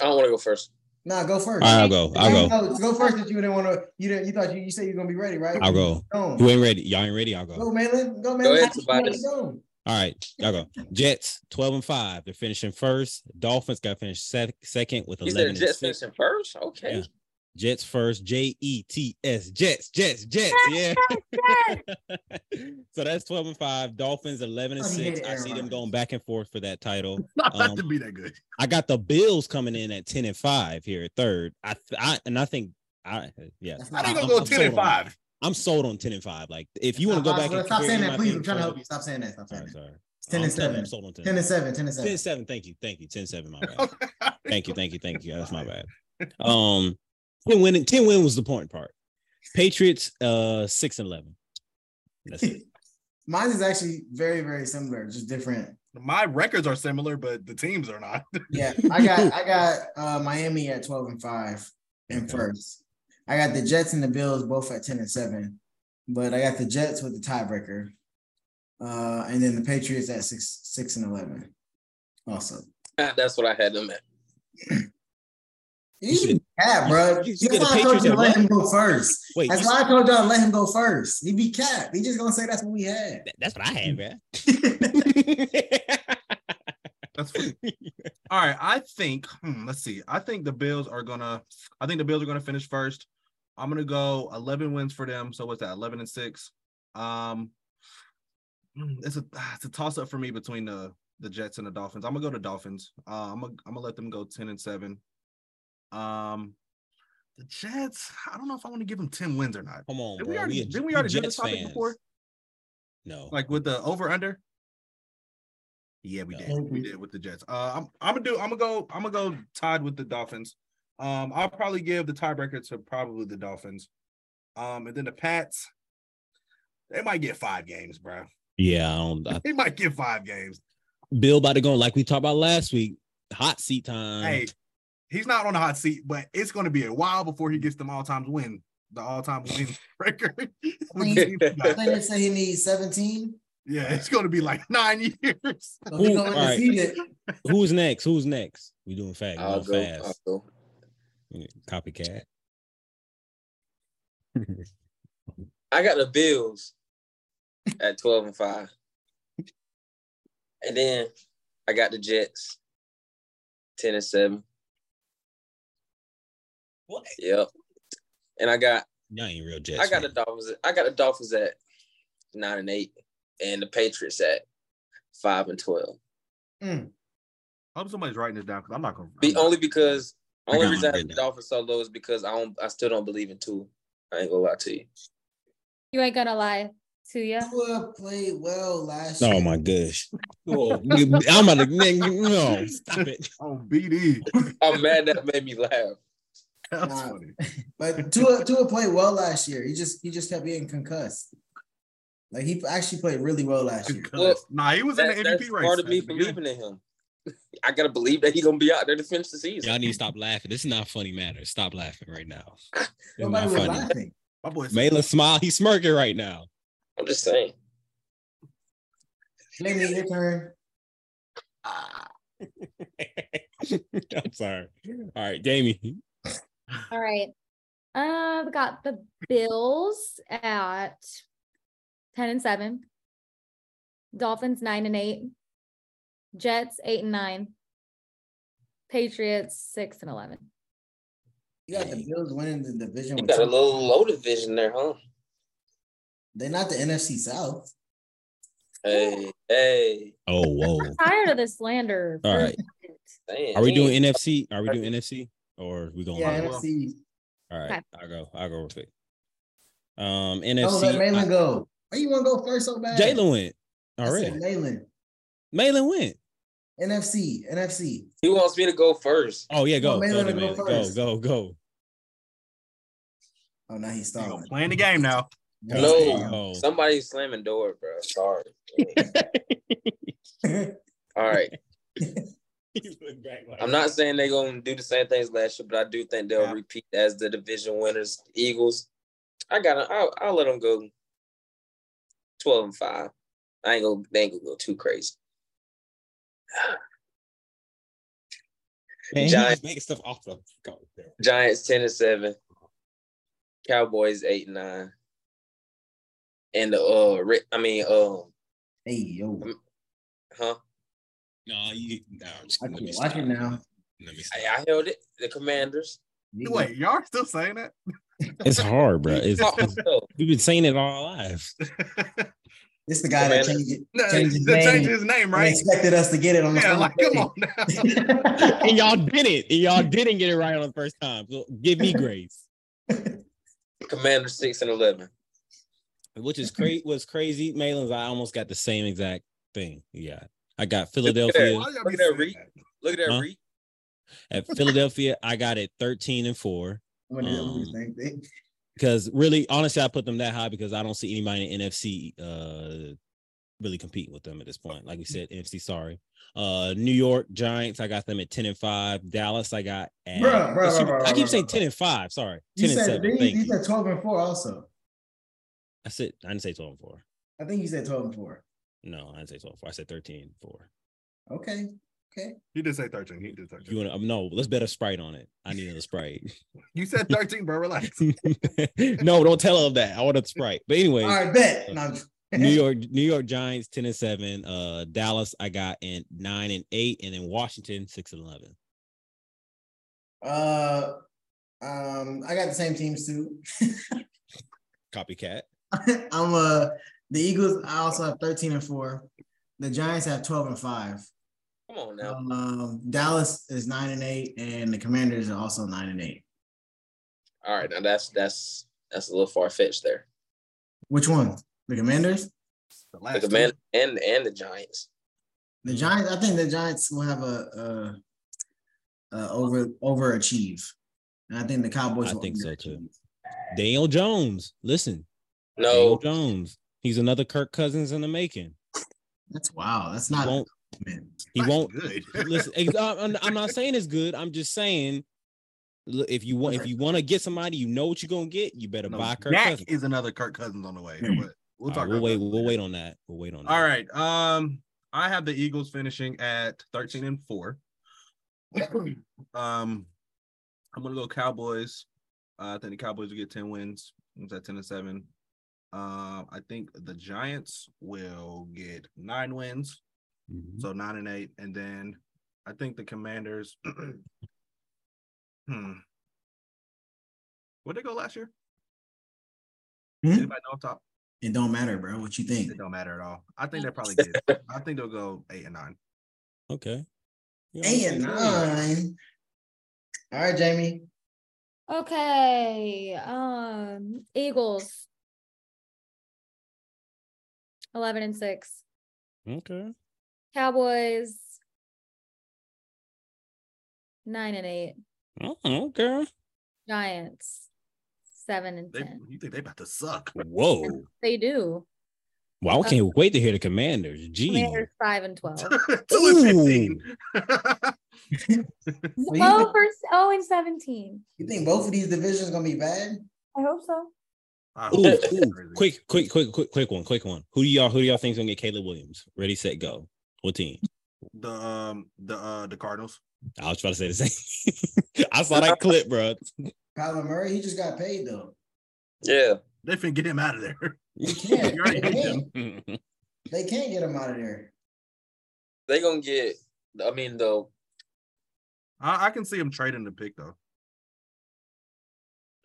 [SPEAKER 5] I don't want to go first.
[SPEAKER 4] No, go first.
[SPEAKER 6] All right, I'll go. I'll go.
[SPEAKER 4] No, go first if you didn't want to you didn't you thought you, you said you're gonna be ready, right?
[SPEAKER 6] I'll go.
[SPEAKER 4] Go.
[SPEAKER 6] Who ain't ready? Y'all ain't ready? I'll go.
[SPEAKER 4] Go Malin. Go Malin.
[SPEAKER 5] ahead, Tobias.
[SPEAKER 4] Go.
[SPEAKER 6] All right, y'all go. Jets 12 and 5. They're finishing first. Dolphins got finished sec- second with
[SPEAKER 5] You said
[SPEAKER 6] 11 and
[SPEAKER 5] Jets
[SPEAKER 6] 6.
[SPEAKER 5] finishing first? Okay.
[SPEAKER 6] Yeah. Jets first. J E T S. Jets, Jets, Jets. Yeah. so that's 12 and 5. Dolphins 11 and
[SPEAKER 4] Oh, he
[SPEAKER 6] 6.
[SPEAKER 4] hated
[SPEAKER 6] I
[SPEAKER 4] Aaron
[SPEAKER 6] see them
[SPEAKER 4] Rodgers.
[SPEAKER 6] going back and forth for that title.
[SPEAKER 3] Not about
[SPEAKER 6] Um,
[SPEAKER 3] to be that good.
[SPEAKER 6] I got the Bills coming in at 10 and 5 here at third. I, th- I and I think I yeah.
[SPEAKER 4] That's
[SPEAKER 3] I
[SPEAKER 4] not
[SPEAKER 3] think
[SPEAKER 6] I'm-
[SPEAKER 3] I'll go 10
[SPEAKER 6] I'm
[SPEAKER 3] and
[SPEAKER 6] sold on that.
[SPEAKER 3] 5.
[SPEAKER 6] I'm sold on 10 and 5. Like if you want to go
[SPEAKER 4] Stop-
[SPEAKER 6] back and
[SPEAKER 4] stop
[SPEAKER 6] compare
[SPEAKER 4] saying
[SPEAKER 6] any
[SPEAKER 4] that,
[SPEAKER 6] of my
[SPEAKER 4] please. I'm
[SPEAKER 6] things
[SPEAKER 4] trying to
[SPEAKER 6] further-
[SPEAKER 4] help you. Stop saying that. Stop saying
[SPEAKER 6] Sorry,
[SPEAKER 4] that.
[SPEAKER 6] sorry.
[SPEAKER 4] 10 and
[SPEAKER 6] I'm sold-
[SPEAKER 4] 7.
[SPEAKER 6] I'm sold on 10
[SPEAKER 4] 10 and 7, 10 and 7.
[SPEAKER 6] 10 and 7. Thank you. Thank you. 10 and 7, my bad. Thank you. Thank you. Thank you. That's my bad. Um 10 win 10 win was the important part. Patriots uh 6 and 11. That's it.
[SPEAKER 4] Mine is actually very, very similar, just different.
[SPEAKER 3] My records are similar, but the teams are not.
[SPEAKER 4] Yeah, I got I got uh, Miami at twelve and five and
[SPEAKER 6] Okay.
[SPEAKER 4] first. I got the Jets and the Bills both at ten and seven, but I got the Jets with the tiebreaker, uh, and then the Patriots at six six and eleven. Also,
[SPEAKER 5] That's what I had them at.
[SPEAKER 4] you should
[SPEAKER 6] should-
[SPEAKER 4] cat, bro.
[SPEAKER 6] you
[SPEAKER 4] That's
[SPEAKER 6] should get
[SPEAKER 4] why
[SPEAKER 6] the
[SPEAKER 4] I told
[SPEAKER 6] Patriots
[SPEAKER 4] you to
[SPEAKER 6] at
[SPEAKER 4] let
[SPEAKER 6] what?
[SPEAKER 4] him go first.
[SPEAKER 6] Wait,
[SPEAKER 4] That's
[SPEAKER 6] you-
[SPEAKER 4] why I told y'all to let him go first. He be cat. He just gonna say that's what we had.
[SPEAKER 6] that- that's what I had, man.
[SPEAKER 3] That's funny. All right, I think. Hmm, let's see. I think the Bills are gonna. I think the Bills are gonna finish first. I'm gonna go 11 wins for them. So what's that? 11 and six. Um, hmm, it's a ah, it's a toss up for me between the the Jets and the Dolphins. I'm gonna go to Dolphins. Uh, I'm gonna I'm gonna let them go 10 and seven. Um, the Jets. I don't know if I want to give them 10 wins or not.
[SPEAKER 6] Come on,
[SPEAKER 3] Did
[SPEAKER 6] bro.
[SPEAKER 3] we already
[SPEAKER 6] a-
[SPEAKER 3] did we
[SPEAKER 6] we
[SPEAKER 3] already do
[SPEAKER 6] Jets
[SPEAKER 3] this topic
[SPEAKER 6] fans.
[SPEAKER 3] before?
[SPEAKER 6] No.
[SPEAKER 3] Like with the over under? Yeah, we
[SPEAKER 6] No.
[SPEAKER 5] Mm-hmm.
[SPEAKER 3] did. We did with the Jets. Uh, I'm I'm gonna do. I'm gonna go. I'm gonna go tied with the Dolphins. Um, I'll probably give the tiebreaker to probably the Dolphins. Um, and then the Pats. They might get five games, bro.
[SPEAKER 6] Yeah, I don't I,
[SPEAKER 3] They might get five games.
[SPEAKER 6] Bill about to go like we talked about last week. Hot seat time.
[SPEAKER 3] Hey, he's not on the hot seat, but it's going to be a while before he gets them all times win, the all time win record. with the team he got.
[SPEAKER 4] Didn't it say he needs 17?
[SPEAKER 3] yeah, it's going to be like nine years.
[SPEAKER 4] So we
[SPEAKER 6] Who-
[SPEAKER 4] go
[SPEAKER 6] alright.
[SPEAKER 4] undefeated.
[SPEAKER 6] Who's next? Who's next? We doing fast.
[SPEAKER 5] I'll go.
[SPEAKER 6] going
[SPEAKER 5] I'll
[SPEAKER 6] fast.
[SPEAKER 5] go.
[SPEAKER 6] Copycat.
[SPEAKER 5] I got the Bills at 12 and 5. And then I got the Jets 10 and 7.
[SPEAKER 6] What?
[SPEAKER 5] Yep. And I got
[SPEAKER 6] Y'all ain't real Jets.
[SPEAKER 5] I got the
[SPEAKER 6] fans.
[SPEAKER 5] Dolphins. I got the Dolphins at 9 and 8 and the Patriots at 5 and 12.
[SPEAKER 3] I hope somebody's writing this down because I'm not going
[SPEAKER 5] Be only because
[SPEAKER 6] I
[SPEAKER 5] only
[SPEAKER 6] got
[SPEAKER 5] reason
[SPEAKER 6] mine
[SPEAKER 5] I have
[SPEAKER 6] written
[SPEAKER 5] the
[SPEAKER 6] down.
[SPEAKER 5] Dolphins so low is because I don't I still don't believe in two. I ain't gonna lie to you.
[SPEAKER 1] You ain't gonna lie to you.
[SPEAKER 4] Tua played well last
[SPEAKER 6] Oh
[SPEAKER 4] year.
[SPEAKER 6] my gosh. Oh, I'm about to no, stop it.
[SPEAKER 3] Oh, BD.
[SPEAKER 5] I'm mad that made me laugh.
[SPEAKER 3] That's
[SPEAKER 4] Nah.
[SPEAKER 3] funny.
[SPEAKER 4] But Tua Tua played well last year. He just he just kept getting concussed. Like he actually played really well last year.
[SPEAKER 5] Well,
[SPEAKER 3] nah, he was in the
[SPEAKER 5] That- that's
[SPEAKER 3] MVP race.
[SPEAKER 5] part of
[SPEAKER 3] at
[SPEAKER 5] me
[SPEAKER 3] the beginning.
[SPEAKER 5] believing in him. I gotta believe that he's gonna be out there to finish the season.
[SPEAKER 6] Y'all need to stop laughing. This is not funny matter. Stop laughing right now. It's
[SPEAKER 4] Nobody
[SPEAKER 6] not
[SPEAKER 4] was
[SPEAKER 6] funny.
[SPEAKER 4] laughing.
[SPEAKER 3] My boy said,
[SPEAKER 6] Malin smile. He's smirking right now.
[SPEAKER 5] I'm just saying.
[SPEAKER 4] Jamie, your turn.
[SPEAKER 3] "Ah,
[SPEAKER 6] I'm sorry. All right, Jamie.
[SPEAKER 1] All right. Uh, we got the Bills at 10 and 7, Dolphins 9 and 8, Jets 8 and 9, Patriots 6 and 11.
[SPEAKER 4] You got the Bills winning the division.
[SPEAKER 5] You
[SPEAKER 4] With
[SPEAKER 5] got a
[SPEAKER 4] two.
[SPEAKER 5] little low division there, huh?
[SPEAKER 4] They're not the NFC South.
[SPEAKER 5] Hey, hey,
[SPEAKER 6] Oh, whoa.
[SPEAKER 1] Tired of the slander.
[SPEAKER 6] All right.
[SPEAKER 5] damn.
[SPEAKER 6] Are we doing NFC? Are we doing NFC? Or we going
[SPEAKER 4] Yeah,
[SPEAKER 3] well.
[SPEAKER 4] NFC.
[SPEAKER 6] All
[SPEAKER 1] Okay.
[SPEAKER 6] right. I'll go. I'll go real quick.
[SPEAKER 4] Oh,
[SPEAKER 6] Um NFC.
[SPEAKER 4] Don't let Malin
[SPEAKER 6] I-
[SPEAKER 4] go. Why you want to go first so bad?
[SPEAKER 6] Jalen went.
[SPEAKER 4] I said
[SPEAKER 6] Already.
[SPEAKER 4] Malin.
[SPEAKER 6] Malin went.
[SPEAKER 4] NFC. NFC.
[SPEAKER 5] He wants me to go first.
[SPEAKER 6] Oh yeah, go.
[SPEAKER 4] Malin
[SPEAKER 6] Go,
[SPEAKER 4] to
[SPEAKER 6] to
[SPEAKER 4] go
[SPEAKER 6] Malin. go,
[SPEAKER 4] first.
[SPEAKER 6] go, go.
[SPEAKER 4] Oh, now he's
[SPEAKER 3] "You gonna
[SPEAKER 4] stalling.
[SPEAKER 3] playing the game now.
[SPEAKER 4] Now he's
[SPEAKER 5] No,
[SPEAKER 6] Oh.
[SPEAKER 5] somebody's slamming door, bro. Sorry.
[SPEAKER 4] stalling.
[SPEAKER 5] All right.
[SPEAKER 6] He looked back like-
[SPEAKER 5] I'm not saying they're gonna do the same things last year, but I do think they'll
[SPEAKER 3] Yeah.
[SPEAKER 5] repeat as the division winners, Eagles. I gotta I'll, I'll let them go 12 and 5. I ain't gonna they ain't gonna go too crazy.
[SPEAKER 6] Man, he
[SPEAKER 5] Giant-
[SPEAKER 6] just making stuff off the go there.
[SPEAKER 5] Giants 10 and 7. Cowboys 8 and 9. And the uh Ri- I mean um
[SPEAKER 4] hey, yo.
[SPEAKER 5] huh?
[SPEAKER 6] No, you no, I'm just
[SPEAKER 4] I
[SPEAKER 6] let me
[SPEAKER 4] can
[SPEAKER 6] stop.
[SPEAKER 4] watch it now.
[SPEAKER 6] Let me stop.
[SPEAKER 5] I, I held it. The commanders.
[SPEAKER 3] Wait, y'all still saying that?
[SPEAKER 6] It's hard, bro. It's,
[SPEAKER 5] Oh, no.
[SPEAKER 6] we've been saying it all our lives.
[SPEAKER 4] This the guy that
[SPEAKER 5] Commander.
[SPEAKER 4] changed it.
[SPEAKER 3] No,
[SPEAKER 4] Change his
[SPEAKER 3] they
[SPEAKER 4] name.
[SPEAKER 3] changed his name,
[SPEAKER 4] They
[SPEAKER 3] right?
[SPEAKER 4] expected us to get it on the
[SPEAKER 3] Yeah,
[SPEAKER 4] first
[SPEAKER 3] like come
[SPEAKER 4] day.
[SPEAKER 3] on now.
[SPEAKER 6] And y'all did it. And y'all didn't get it right on the first time. So give me grace.
[SPEAKER 5] Commanders 6 and 11.
[SPEAKER 6] Which is crazy. What's crazy, Malin's I almost got the same exact thing. Yeah. I got Philadelphia.
[SPEAKER 3] Why y'all be
[SPEAKER 5] Look at that
[SPEAKER 3] saying
[SPEAKER 5] reach.
[SPEAKER 3] that?
[SPEAKER 5] Look at that
[SPEAKER 6] Huh?
[SPEAKER 5] reach.
[SPEAKER 6] At Philadelphia, I got it 13 and 4.
[SPEAKER 4] I'm gonna do the same thing.
[SPEAKER 6] Because really, honestly, I put them that high because I don't see anybody in NFC uh really competing with them at this point. Like we said, NFC, sorry. Uh New York Giants, I got them at 10 and 5. Dallas, I got at
[SPEAKER 4] Bruh, bruh,
[SPEAKER 6] excuse me,
[SPEAKER 4] bruh, bruh,
[SPEAKER 6] I keep
[SPEAKER 4] bruh,
[SPEAKER 6] saying
[SPEAKER 4] bruh.
[SPEAKER 6] 10 and 5. Sorry. 10
[SPEAKER 4] You
[SPEAKER 6] and
[SPEAKER 4] said,
[SPEAKER 6] 7.
[SPEAKER 4] you,
[SPEAKER 6] Thank
[SPEAKER 4] you
[SPEAKER 6] you.
[SPEAKER 4] said 12 and 4 also.
[SPEAKER 6] I said I didn't say 12 and 4.
[SPEAKER 4] I think you said 12 and 4.
[SPEAKER 6] No, I didn't say 12 and 4. I said 13 and 4.
[SPEAKER 4] Okay. Okay.
[SPEAKER 3] He did say 13. He did 13.
[SPEAKER 6] You want to no, let's bet a sprite on it. I need another sprite.
[SPEAKER 3] You said 13, bro. Relax.
[SPEAKER 6] no, don't tell them that. I want a sprite. But anyway,
[SPEAKER 4] All right, bet. No, I'm-
[SPEAKER 6] New York, New York Giants, 10 and 7. Uh Dallas, I got in nine and eight, and then Washington, six and eleven.
[SPEAKER 4] Uh, um, I got the same teams too.
[SPEAKER 6] Copycat.
[SPEAKER 4] I'm uh the Eagles. I also have 13 and four. The Giants have 12 and five.
[SPEAKER 5] Come on now.
[SPEAKER 4] Um, Dallas is nine and eight, and the Commanders are also nine and eight.
[SPEAKER 5] All right, now that's that's that's a little far fetched there.
[SPEAKER 4] Which one? The Commanders.
[SPEAKER 3] The
[SPEAKER 5] The
[SPEAKER 3] last
[SPEAKER 5] command and and the Giants.
[SPEAKER 4] The Giants. I think the Giants will have a, a, a over overachieve, and I think the Cowboys.
[SPEAKER 6] I
[SPEAKER 4] will
[SPEAKER 6] think so,
[SPEAKER 4] underachieve.
[SPEAKER 6] too. Daniel Jones. Listen, Daniel
[SPEAKER 5] No,
[SPEAKER 6] Jones. He's another Kirk Cousins in the making.
[SPEAKER 4] That's wow. That's
[SPEAKER 6] He
[SPEAKER 4] not.
[SPEAKER 6] won't
[SPEAKER 4] Man,
[SPEAKER 6] He
[SPEAKER 3] Not
[SPEAKER 6] won't
[SPEAKER 3] good.
[SPEAKER 6] listen. ex- I'm I'm- I'm not saying it's good. I'm just saying, look, if you want, if you want to get somebody, you know what you're gonna get. You better
[SPEAKER 3] No,
[SPEAKER 6] buy Kirk
[SPEAKER 3] Dak
[SPEAKER 6] Cousins.
[SPEAKER 3] is another Kirk Cousins on the way,
[SPEAKER 4] Hmm.
[SPEAKER 3] but we'll
[SPEAKER 6] All
[SPEAKER 3] talk.
[SPEAKER 6] right, we'll
[SPEAKER 3] about
[SPEAKER 6] wait.
[SPEAKER 3] that
[SPEAKER 6] We'll
[SPEAKER 3] later.
[SPEAKER 6] wait on that. We'll wait on that.
[SPEAKER 3] All right. Um, I have the Eagles finishing at 13 and 4. um, I'm gonna go Cowboys. Uh, I think the Cowboys will get 10 wins. It's at 10 and 7. Um, I think the Giants will get nine wins,
[SPEAKER 6] Mhm.
[SPEAKER 3] so nine and eight, and then I think the Commanders. hmm. Where'd they go last year?
[SPEAKER 4] Hmm?
[SPEAKER 3] Anybody know off top?
[SPEAKER 4] it don't matter, bro. What you think?
[SPEAKER 3] It don't matter at all. I think they probably get. I think they'll go eight and nine.
[SPEAKER 6] Okay. You know,
[SPEAKER 4] Eight and
[SPEAKER 6] okay.
[SPEAKER 4] nine.
[SPEAKER 7] All right, Jamie.
[SPEAKER 1] Okay. Um, Eagles. Eleven and six.
[SPEAKER 6] Okay.
[SPEAKER 1] Cowboys. Nine and eight.
[SPEAKER 6] Oh, okay.
[SPEAKER 1] Giants. Seven and
[SPEAKER 3] They,
[SPEAKER 1] ten.
[SPEAKER 3] you think they about to suck?
[SPEAKER 6] Whoa.
[SPEAKER 1] They do.
[SPEAKER 6] Well, I can't wait to hear the Uh, Commanders. Gee.
[SPEAKER 1] Commanders five and twelve.
[SPEAKER 3] Two and fifteen.
[SPEAKER 4] Well, you,
[SPEAKER 1] oh,
[SPEAKER 4] think,
[SPEAKER 1] first oh and seventeen.
[SPEAKER 4] you think both of these divisions gonna be bad?
[SPEAKER 1] I hope so.
[SPEAKER 3] I hope
[SPEAKER 6] Ooh,
[SPEAKER 3] that's
[SPEAKER 6] ooh,
[SPEAKER 3] crazy.
[SPEAKER 6] quick, quick, quick, quick, quick one, quick one. Who do y'all who do y'all think's gonna get Caleb Williams? Ready, set, go. What team?
[SPEAKER 3] The um the uh the Cardinals.
[SPEAKER 6] I was trying to say the same. I saw that clip, bro.
[SPEAKER 4] Kyler Murray, he just got paid though.
[SPEAKER 5] Yeah.
[SPEAKER 3] They finna get him out of there.
[SPEAKER 4] They can't.
[SPEAKER 3] You already
[SPEAKER 4] they,
[SPEAKER 3] hate
[SPEAKER 4] can't.
[SPEAKER 3] them.
[SPEAKER 4] they can't get him out of there.
[SPEAKER 5] They gonna get I mean the
[SPEAKER 3] I, I can see him trading the pick though.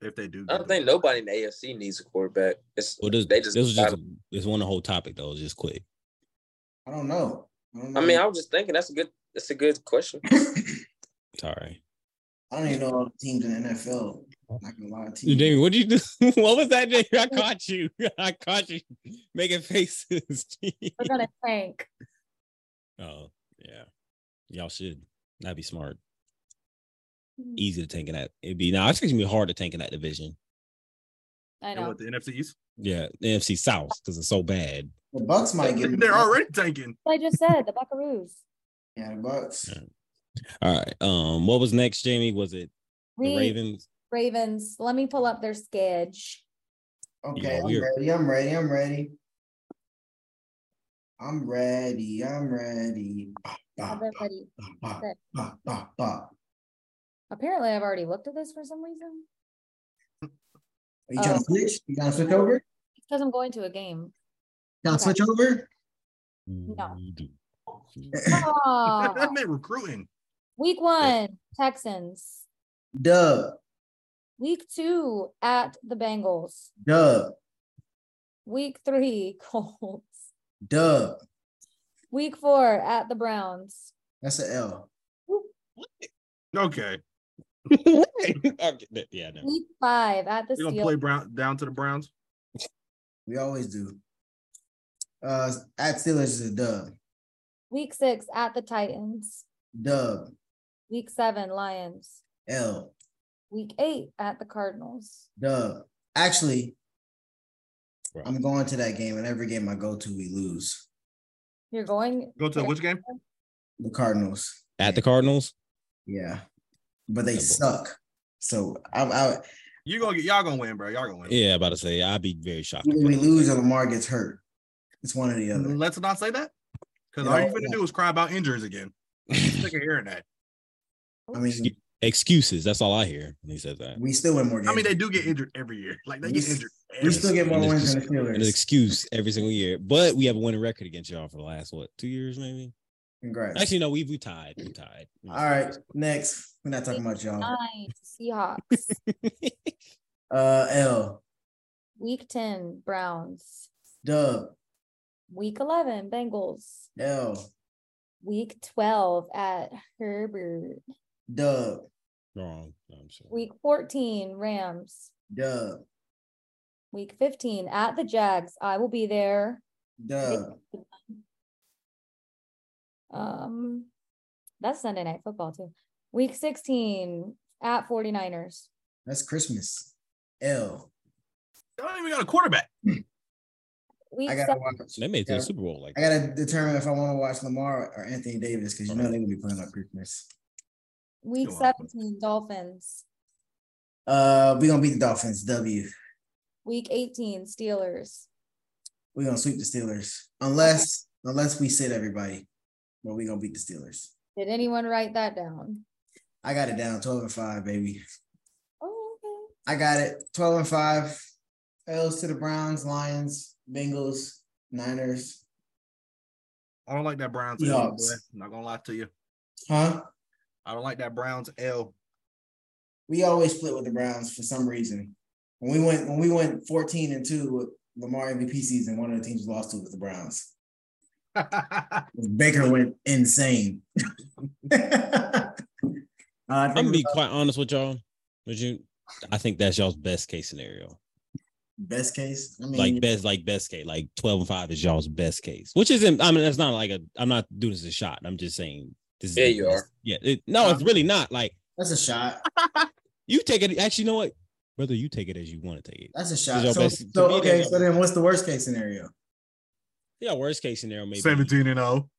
[SPEAKER 3] If they do,
[SPEAKER 5] I
[SPEAKER 3] get
[SPEAKER 5] don't think
[SPEAKER 3] him.
[SPEAKER 5] nobody in the AFC needs a quarterback. It's
[SPEAKER 6] well, this,
[SPEAKER 5] they just,
[SPEAKER 6] this was just this one the whole topic though. It was just quick.
[SPEAKER 4] I don't know. I, don't
[SPEAKER 5] I
[SPEAKER 4] know.
[SPEAKER 5] mean, I was just thinking that's a good that's a good question.
[SPEAKER 6] Sorry.
[SPEAKER 4] I don't even know all the teams in the NFL. Not gonna lie to you.
[SPEAKER 6] Jamie, what'd you do? what was that, Jamie? I caught you. I caught you making faces.
[SPEAKER 1] We're gonna tank.
[SPEAKER 6] oh, yeah. Y'all should. That'd be smart. Easy to tank in that. It'd be now. It's gonna be hard to tank in that division.
[SPEAKER 1] I
[SPEAKER 3] And
[SPEAKER 1] know.
[SPEAKER 3] what the NFCs?
[SPEAKER 6] Yeah, NFC South because it's so bad.
[SPEAKER 4] the Bucks might get him.
[SPEAKER 3] They're already tanking.
[SPEAKER 1] I just said the Buckaroos.
[SPEAKER 4] Yeah, the Bucks.
[SPEAKER 6] Yeah. All right. Um, what was next, Jamie? Was it the
[SPEAKER 1] We-
[SPEAKER 6] Ravens?
[SPEAKER 1] Ravens. Let me pull up their sketch.
[SPEAKER 4] Okay,
[SPEAKER 6] Yeah,
[SPEAKER 4] I'm
[SPEAKER 6] we're-
[SPEAKER 4] ready. I'm ready. I'm ready. I'm ready. I'm ready. Bah,
[SPEAKER 6] Ah.
[SPEAKER 4] bah, bah,
[SPEAKER 1] Everybody.
[SPEAKER 4] bah, bah, bah, bah, bah.
[SPEAKER 1] Apparently, I've already looked at this for some reason.
[SPEAKER 4] Are you trying to
[SPEAKER 1] Oh.
[SPEAKER 4] switch? You trying to switch over?
[SPEAKER 1] It's because I'm going to a game.
[SPEAKER 4] Trying to
[SPEAKER 1] Okay.
[SPEAKER 4] switch over?
[SPEAKER 1] No.
[SPEAKER 3] that
[SPEAKER 1] Oh,
[SPEAKER 3] man recruiting.
[SPEAKER 1] week one, Texans.
[SPEAKER 4] Dub,
[SPEAKER 1] Week two, at the Bengals.
[SPEAKER 4] dub,
[SPEAKER 1] Week three, Colts.
[SPEAKER 4] dub.
[SPEAKER 1] Week four, at the Browns.
[SPEAKER 4] That's an L.
[SPEAKER 3] Okay,
[SPEAKER 6] Okay, yeah, no.
[SPEAKER 1] Week five, at the
[SPEAKER 3] they're gonna play
[SPEAKER 1] Steelers.
[SPEAKER 3] Brown down to the Browns.
[SPEAKER 4] We always do. Uh, at Steelers is a dub,
[SPEAKER 1] Week six, at the Titans.
[SPEAKER 4] dub,
[SPEAKER 1] Week seven, Lions.
[SPEAKER 4] L,
[SPEAKER 1] Week eight, at the Cardinals.
[SPEAKER 4] dub. Actually,
[SPEAKER 6] Right.
[SPEAKER 4] I'm going to that game, and every game I go to, we lose.
[SPEAKER 1] You're going
[SPEAKER 3] Go to which game?
[SPEAKER 4] The Cardinals.
[SPEAKER 6] At the Cardinals.
[SPEAKER 4] Yeah, but they
[SPEAKER 6] Yeah, boy.
[SPEAKER 4] suck. So I, I
[SPEAKER 3] You gonna get y'all gonna win, bro. Y'all gonna win.
[SPEAKER 6] Yeah, about to say I'd be very shocked.
[SPEAKER 4] either we lose or Lamar gets hurt. It's one or the other.
[SPEAKER 3] Let's not say that. Because
[SPEAKER 4] Yeah,
[SPEAKER 3] all you're
[SPEAKER 4] yeah.
[SPEAKER 3] gonna do is cry about injuries again. Sick of hearing that. Mm-hmm.
[SPEAKER 4] I mean,
[SPEAKER 6] Excuses. That's all I hear when he says that.
[SPEAKER 4] we still win more games.
[SPEAKER 3] I mean, they do get injured every year. Like they get
[SPEAKER 4] We-
[SPEAKER 3] injured.
[SPEAKER 4] we
[SPEAKER 3] Every
[SPEAKER 4] still get more
[SPEAKER 6] And it's
[SPEAKER 4] wins than the
[SPEAKER 6] just- An
[SPEAKER 4] Steelers.
[SPEAKER 6] excuse every single year, but we have a winning record against y'all for the last what two years, maybe.
[SPEAKER 4] Congrats.
[SPEAKER 6] Actually, no, we we tied. We tied.
[SPEAKER 4] All right, next. We're not talking about y'all.
[SPEAKER 1] nine, Seahawks.
[SPEAKER 4] Uh, L,
[SPEAKER 1] Week 10, Browns.
[SPEAKER 4] dub,
[SPEAKER 1] Week 11, Bengals.
[SPEAKER 4] L,
[SPEAKER 1] Week 12 at Herbert.
[SPEAKER 4] dub,
[SPEAKER 6] Wrong. No, I'm sorry.
[SPEAKER 1] Week 14, Rams.
[SPEAKER 4] dub,
[SPEAKER 1] Week 15 at the Jags. I will be there.
[SPEAKER 4] dub.
[SPEAKER 1] Um that's Sunday night football too. Week 16 at 49ers.
[SPEAKER 4] That's Christmas. L,
[SPEAKER 3] Y'all don't even got a quarterback.
[SPEAKER 1] Week
[SPEAKER 4] I
[SPEAKER 1] seven-
[SPEAKER 4] gotta watch.
[SPEAKER 6] They made it to
[SPEAKER 4] Yeah.
[SPEAKER 6] the Super Bowl like
[SPEAKER 4] I gotta determine if I want to watch Lamar or Anthony Davis because you know they're gonna be playing like Christmas.
[SPEAKER 1] week
[SPEAKER 3] Go on.
[SPEAKER 1] 17, Dolphins.
[SPEAKER 4] Uh, we gonna beat the Dolphins. W.
[SPEAKER 1] Week 18, Steelers.
[SPEAKER 4] We gonna sweep the Steelers unless unless we sit everybody, but we gonna beat the Steelers.
[SPEAKER 1] Did anyone write that down?
[SPEAKER 4] I got it down twelve and five, baby.
[SPEAKER 1] Oh, okay.
[SPEAKER 4] I got it twelve and five. L's to the Browns, Lions, Bengals, Niners.
[SPEAKER 3] I don't like that Browns.
[SPEAKER 4] Yeah.
[SPEAKER 3] L, boy. I'm not gonna lie to you.
[SPEAKER 4] Huh?
[SPEAKER 3] I don't like that Browns L.
[SPEAKER 4] We always split with the Browns for some reason. When we went when we went fourteen and two with Lamar MVP season, one of the teams we lost to was the Browns. Baker went insane. Uh, I
[SPEAKER 6] I'm gonna
[SPEAKER 4] think
[SPEAKER 6] be quite honest with y'all. Would you? I think that's y'all's best case scenario.
[SPEAKER 4] best case. I mean,
[SPEAKER 6] Like best, like best case, like twelve and five is y'all's best case, which isn't. I mean, that's not like a. I'm not doing this as a shot. I'm just saying this. Is
[SPEAKER 5] Yeah,
[SPEAKER 6] the
[SPEAKER 5] you
[SPEAKER 6] best-
[SPEAKER 5] are.
[SPEAKER 6] Yeah, it, no, it's really not. Like
[SPEAKER 4] that's a shot.
[SPEAKER 6] you take it. Actually, you know what, brother? You take it as you want to take it.
[SPEAKER 4] That's a
[SPEAKER 6] Is
[SPEAKER 4] shot.
[SPEAKER 6] your
[SPEAKER 4] So,
[SPEAKER 6] best- to
[SPEAKER 4] so,
[SPEAKER 6] me,
[SPEAKER 4] okay.
[SPEAKER 6] that's-
[SPEAKER 4] So then, what's the worst case scenario?
[SPEAKER 6] Yeah, worst case scenario, maybe.
[SPEAKER 3] 17 and oh.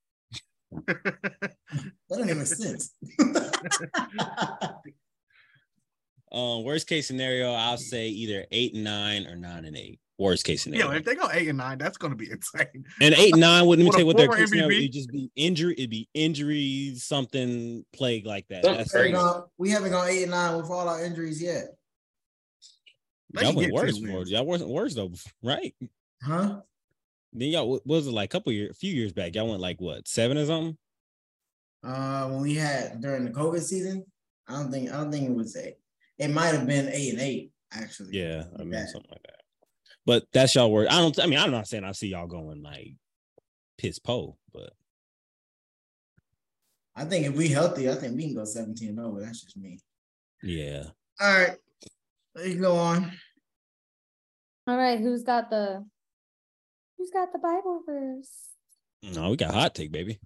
[SPEAKER 3] 0.
[SPEAKER 4] That doesn't even make sense.
[SPEAKER 6] Um, worst case scenario, I'll say either eight and nine or nine and eight. Worst case scenario.
[SPEAKER 3] Yo, if they go eight and nine, that's gonna be insane.
[SPEAKER 6] And eight nine wouldn't even
[SPEAKER 3] With a
[SPEAKER 6] tell you what their
[SPEAKER 3] former
[SPEAKER 6] case
[SPEAKER 3] MVP?
[SPEAKER 6] scenario. It'd just be injury. It'd be injury, something plague like that.
[SPEAKER 5] Something
[SPEAKER 6] That's
[SPEAKER 4] We haven't
[SPEAKER 5] crazy.
[SPEAKER 6] y'all
[SPEAKER 4] gone- we haven't gone eight and nine with all our injuries yet,
[SPEAKER 3] They should
[SPEAKER 6] wasn't
[SPEAKER 3] get
[SPEAKER 6] worse.
[SPEAKER 3] ten
[SPEAKER 6] For,
[SPEAKER 3] wins.
[SPEAKER 6] y'all wasn't worse though, right?
[SPEAKER 4] huh?
[SPEAKER 6] Then y'all what was it like a couple years, a few years back? Y'all went like what seven or something?
[SPEAKER 4] Uh, when we had during the COVID season, I don't think I don't think it was eight. It might have been eight and eight actually.
[SPEAKER 6] Yeah, I mean
[SPEAKER 4] Yeah.
[SPEAKER 6] something like that. But that's y'all word. I don't. I mean, I'm not saying I see y'all going like piss po, but
[SPEAKER 4] I think if we healthy, I think we can go 17 and 0, but that's just me.
[SPEAKER 6] yeah.
[SPEAKER 4] All right. Let you go on.
[SPEAKER 1] All right, who's got the who's got the Bible verse?
[SPEAKER 6] No, we got hot take, baby.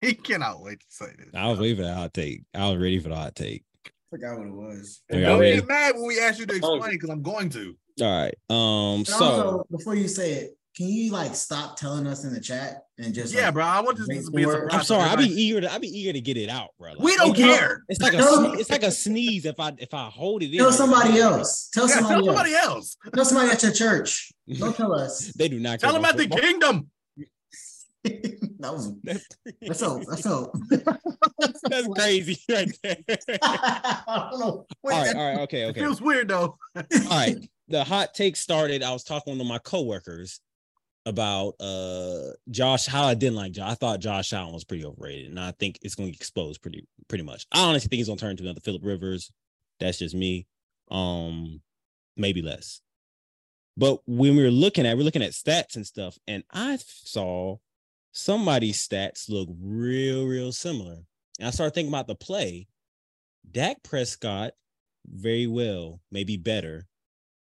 [SPEAKER 3] He cannot wait to say this.
[SPEAKER 6] I was waiting for the hot take. I was ready for the hot take.
[SPEAKER 4] forgot what it was.
[SPEAKER 6] Are y'all
[SPEAKER 3] Don't
[SPEAKER 6] ready?
[SPEAKER 3] get mad when we ask you to
[SPEAKER 5] Oh.
[SPEAKER 3] explain because I'm going to.
[SPEAKER 6] All right. Um.
[SPEAKER 4] And
[SPEAKER 6] So
[SPEAKER 4] also, before you say it, can you like stop telling us in the chat and just
[SPEAKER 3] Yeah,
[SPEAKER 4] like,
[SPEAKER 3] bro. I want this
[SPEAKER 4] Wait
[SPEAKER 3] to be a
[SPEAKER 4] for it.
[SPEAKER 3] surprise.
[SPEAKER 6] I'm
[SPEAKER 3] to
[SPEAKER 6] sorry. I be
[SPEAKER 3] everybody.
[SPEAKER 6] eager. To, I be eager to get it out, bro. Like,
[SPEAKER 3] we don't
[SPEAKER 6] it's-
[SPEAKER 3] care.
[SPEAKER 6] It's like a.
[SPEAKER 4] No.
[SPEAKER 6] sne- It's like a sneeze. If I if I hold it in,
[SPEAKER 4] Tell somebody else. Tell
[SPEAKER 3] Yeah,
[SPEAKER 4] somebody,
[SPEAKER 3] tell somebody
[SPEAKER 4] else.
[SPEAKER 3] else.
[SPEAKER 4] Tell somebody at your church. Don't tell us.
[SPEAKER 6] They do not.
[SPEAKER 3] Tell
[SPEAKER 6] care
[SPEAKER 3] them
[SPEAKER 6] about
[SPEAKER 3] at the
[SPEAKER 6] football.
[SPEAKER 3] kingdom.
[SPEAKER 4] that was that's all. That's all.
[SPEAKER 6] That's crazy right there. all
[SPEAKER 4] I don't know. Wait,
[SPEAKER 6] right,
[SPEAKER 4] that-
[SPEAKER 6] all right, okay,
[SPEAKER 3] It
[SPEAKER 6] okay. All
[SPEAKER 3] feels weird though.
[SPEAKER 6] right. The hot take started. I was talking to my coworkers about uh Josh, how I didn't like Josh. I thought Josh Allen was pretty overrated, and I think it's gonna get exposed pretty pretty much. I honestly think he's gonna turn into another Philip Rivers. That's just me. Um, maybe less. But when we were looking at, we're looking at stats and stuff, and I saw somebody's stats look real, real similar. And I started thinking about the play. Dak Prescott very well, maybe better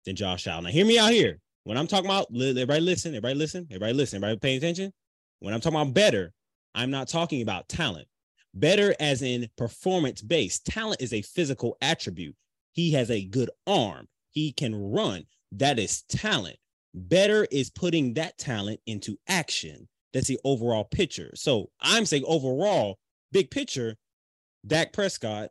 [SPEAKER 6] than Josh Allen. Now, hear me out here. When I'm talking about, li- everybody listen, everybody listen, everybody listen, everybody paying attention. When I'm talking about better, I'm not talking about talent. Better as in performance based. Talent is a physical attribute. He has a good arm. He can run. That is talent. Better is putting that talent into action. That's the overall picture. So I'm saying overall, big picture, Dak Prescott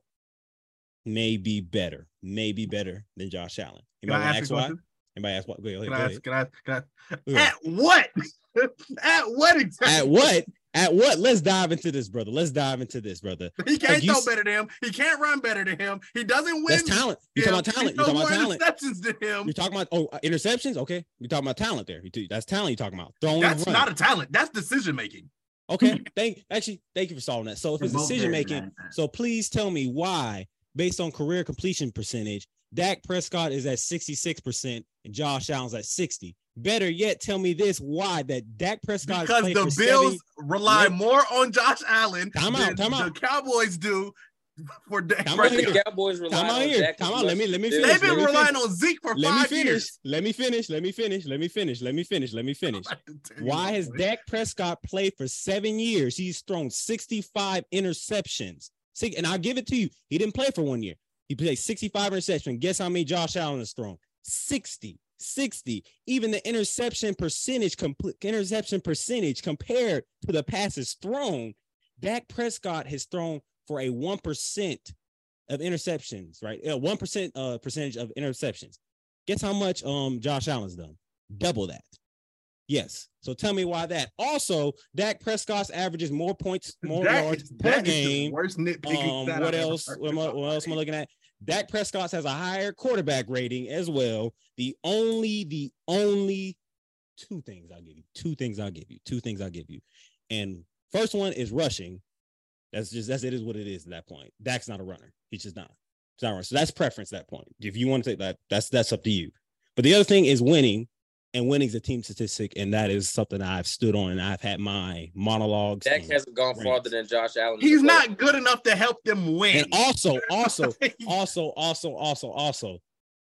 [SPEAKER 6] may be better, may be better than Josh Allen.
[SPEAKER 3] Can I
[SPEAKER 6] Anybody
[SPEAKER 3] ask
[SPEAKER 6] ask,
[SPEAKER 3] you a
[SPEAKER 6] why?
[SPEAKER 3] question?
[SPEAKER 6] Anybody ask why? Go ahead,
[SPEAKER 3] Can
[SPEAKER 6] go
[SPEAKER 3] I
[SPEAKER 6] ahead.
[SPEAKER 3] ask? Can I? Can
[SPEAKER 6] Ugh.
[SPEAKER 3] I? At what? at what exactly?
[SPEAKER 6] At what? At what? Let's dive into this, brother. Let's dive into this, brother.
[SPEAKER 3] He can't
[SPEAKER 6] Like, you
[SPEAKER 3] throw
[SPEAKER 6] s-
[SPEAKER 3] better than him. He can't run better than him. He doesn't win.
[SPEAKER 6] That's talent. You're
[SPEAKER 3] him.
[SPEAKER 6] talking about talent.
[SPEAKER 3] He
[SPEAKER 6] You're
[SPEAKER 3] throws
[SPEAKER 6] talking about
[SPEAKER 3] more
[SPEAKER 6] talent.
[SPEAKER 3] interceptions than him.
[SPEAKER 6] You're talking about oh uh, interceptions. Okay, you're talking about talent there. You do- That's talent. You're talking about throwing.
[SPEAKER 3] That's
[SPEAKER 6] and
[SPEAKER 3] not
[SPEAKER 6] running.
[SPEAKER 3] a talent. That's decision making.
[SPEAKER 6] okay. Thank actually. Thank you for solving that. So if
[SPEAKER 4] We're
[SPEAKER 6] it's
[SPEAKER 4] both very
[SPEAKER 6] decision making,
[SPEAKER 4] bad at that.
[SPEAKER 6] so please tell me why, based on career completion percentage, Dak Prescott is at 66 percent and Josh Allen's at 60. Better yet, tell me this: why that Dak Prescott has
[SPEAKER 3] Because
[SPEAKER 6] played
[SPEAKER 3] the
[SPEAKER 6] for
[SPEAKER 3] Bills
[SPEAKER 6] 70
[SPEAKER 3] rely
[SPEAKER 6] Let-
[SPEAKER 3] more on Josh Allen
[SPEAKER 6] Time
[SPEAKER 3] than
[SPEAKER 6] out, time
[SPEAKER 3] the
[SPEAKER 6] out.
[SPEAKER 3] Cowboys do for Dak
[SPEAKER 6] Time out
[SPEAKER 5] Right,
[SPEAKER 3] Prescott.
[SPEAKER 6] here.
[SPEAKER 5] the Cowboys rely
[SPEAKER 6] Time out
[SPEAKER 5] on
[SPEAKER 6] here.
[SPEAKER 5] Dak as
[SPEAKER 6] Time
[SPEAKER 5] much
[SPEAKER 6] out. Let me-
[SPEAKER 5] as
[SPEAKER 6] let me
[SPEAKER 5] they do.
[SPEAKER 6] finish.
[SPEAKER 3] They've been
[SPEAKER 6] Let me
[SPEAKER 3] relying
[SPEAKER 6] finish.
[SPEAKER 3] on Zeke for
[SPEAKER 6] Let me
[SPEAKER 3] five
[SPEAKER 6] finish.
[SPEAKER 3] years.
[SPEAKER 6] Let me finish. Let me finish. Let me finish. Let me finish. Let me finish. Why has Dak Prescott played for seven years? He's thrown 65 interceptions. See, and I'll give it to you. He didn't play for one year. He played 65 interceptions. Guess how many Josh Allen has thrown? 60. 60. Even the interception percentage, complete interception percentage compared to the passes thrown, Dak Prescott has thrown for a 1% of interceptions, right? Uh, 1% uh, percentage of interceptions. Guess how much um Josh Allen's done? Double that. Yes. So tell me why that. Also, Dak Prescott's averages more points, more
[SPEAKER 3] That
[SPEAKER 6] yards
[SPEAKER 3] is-
[SPEAKER 6] per
[SPEAKER 3] that is the
[SPEAKER 6] game.
[SPEAKER 3] worst nitpicking
[SPEAKER 6] Um,
[SPEAKER 3] stat
[SPEAKER 6] what
[SPEAKER 3] I've ever
[SPEAKER 6] else?
[SPEAKER 3] heard
[SPEAKER 6] What, am I- what else am I looking at? Dak Prescott has a higher quarterback rating as well. The only, the only two things I'll give you. Two things I'll give you. Two things I'll give you. And first one is rushing. That's just that's it is what it is at that point. Dak's not a runner. He's just not. He's not a runner. So that's preference at that point. If you want to take that, that's that's up to you. But the other thing is winning, and winning's a team statistic, and that is something I've stood on and I've had my monologues.
[SPEAKER 5] Dak
[SPEAKER 6] and-
[SPEAKER 5] hasn't gone farther than Josh Allen.
[SPEAKER 3] He's not good enough to help them win.
[SPEAKER 6] and also, also, also, also, also, also,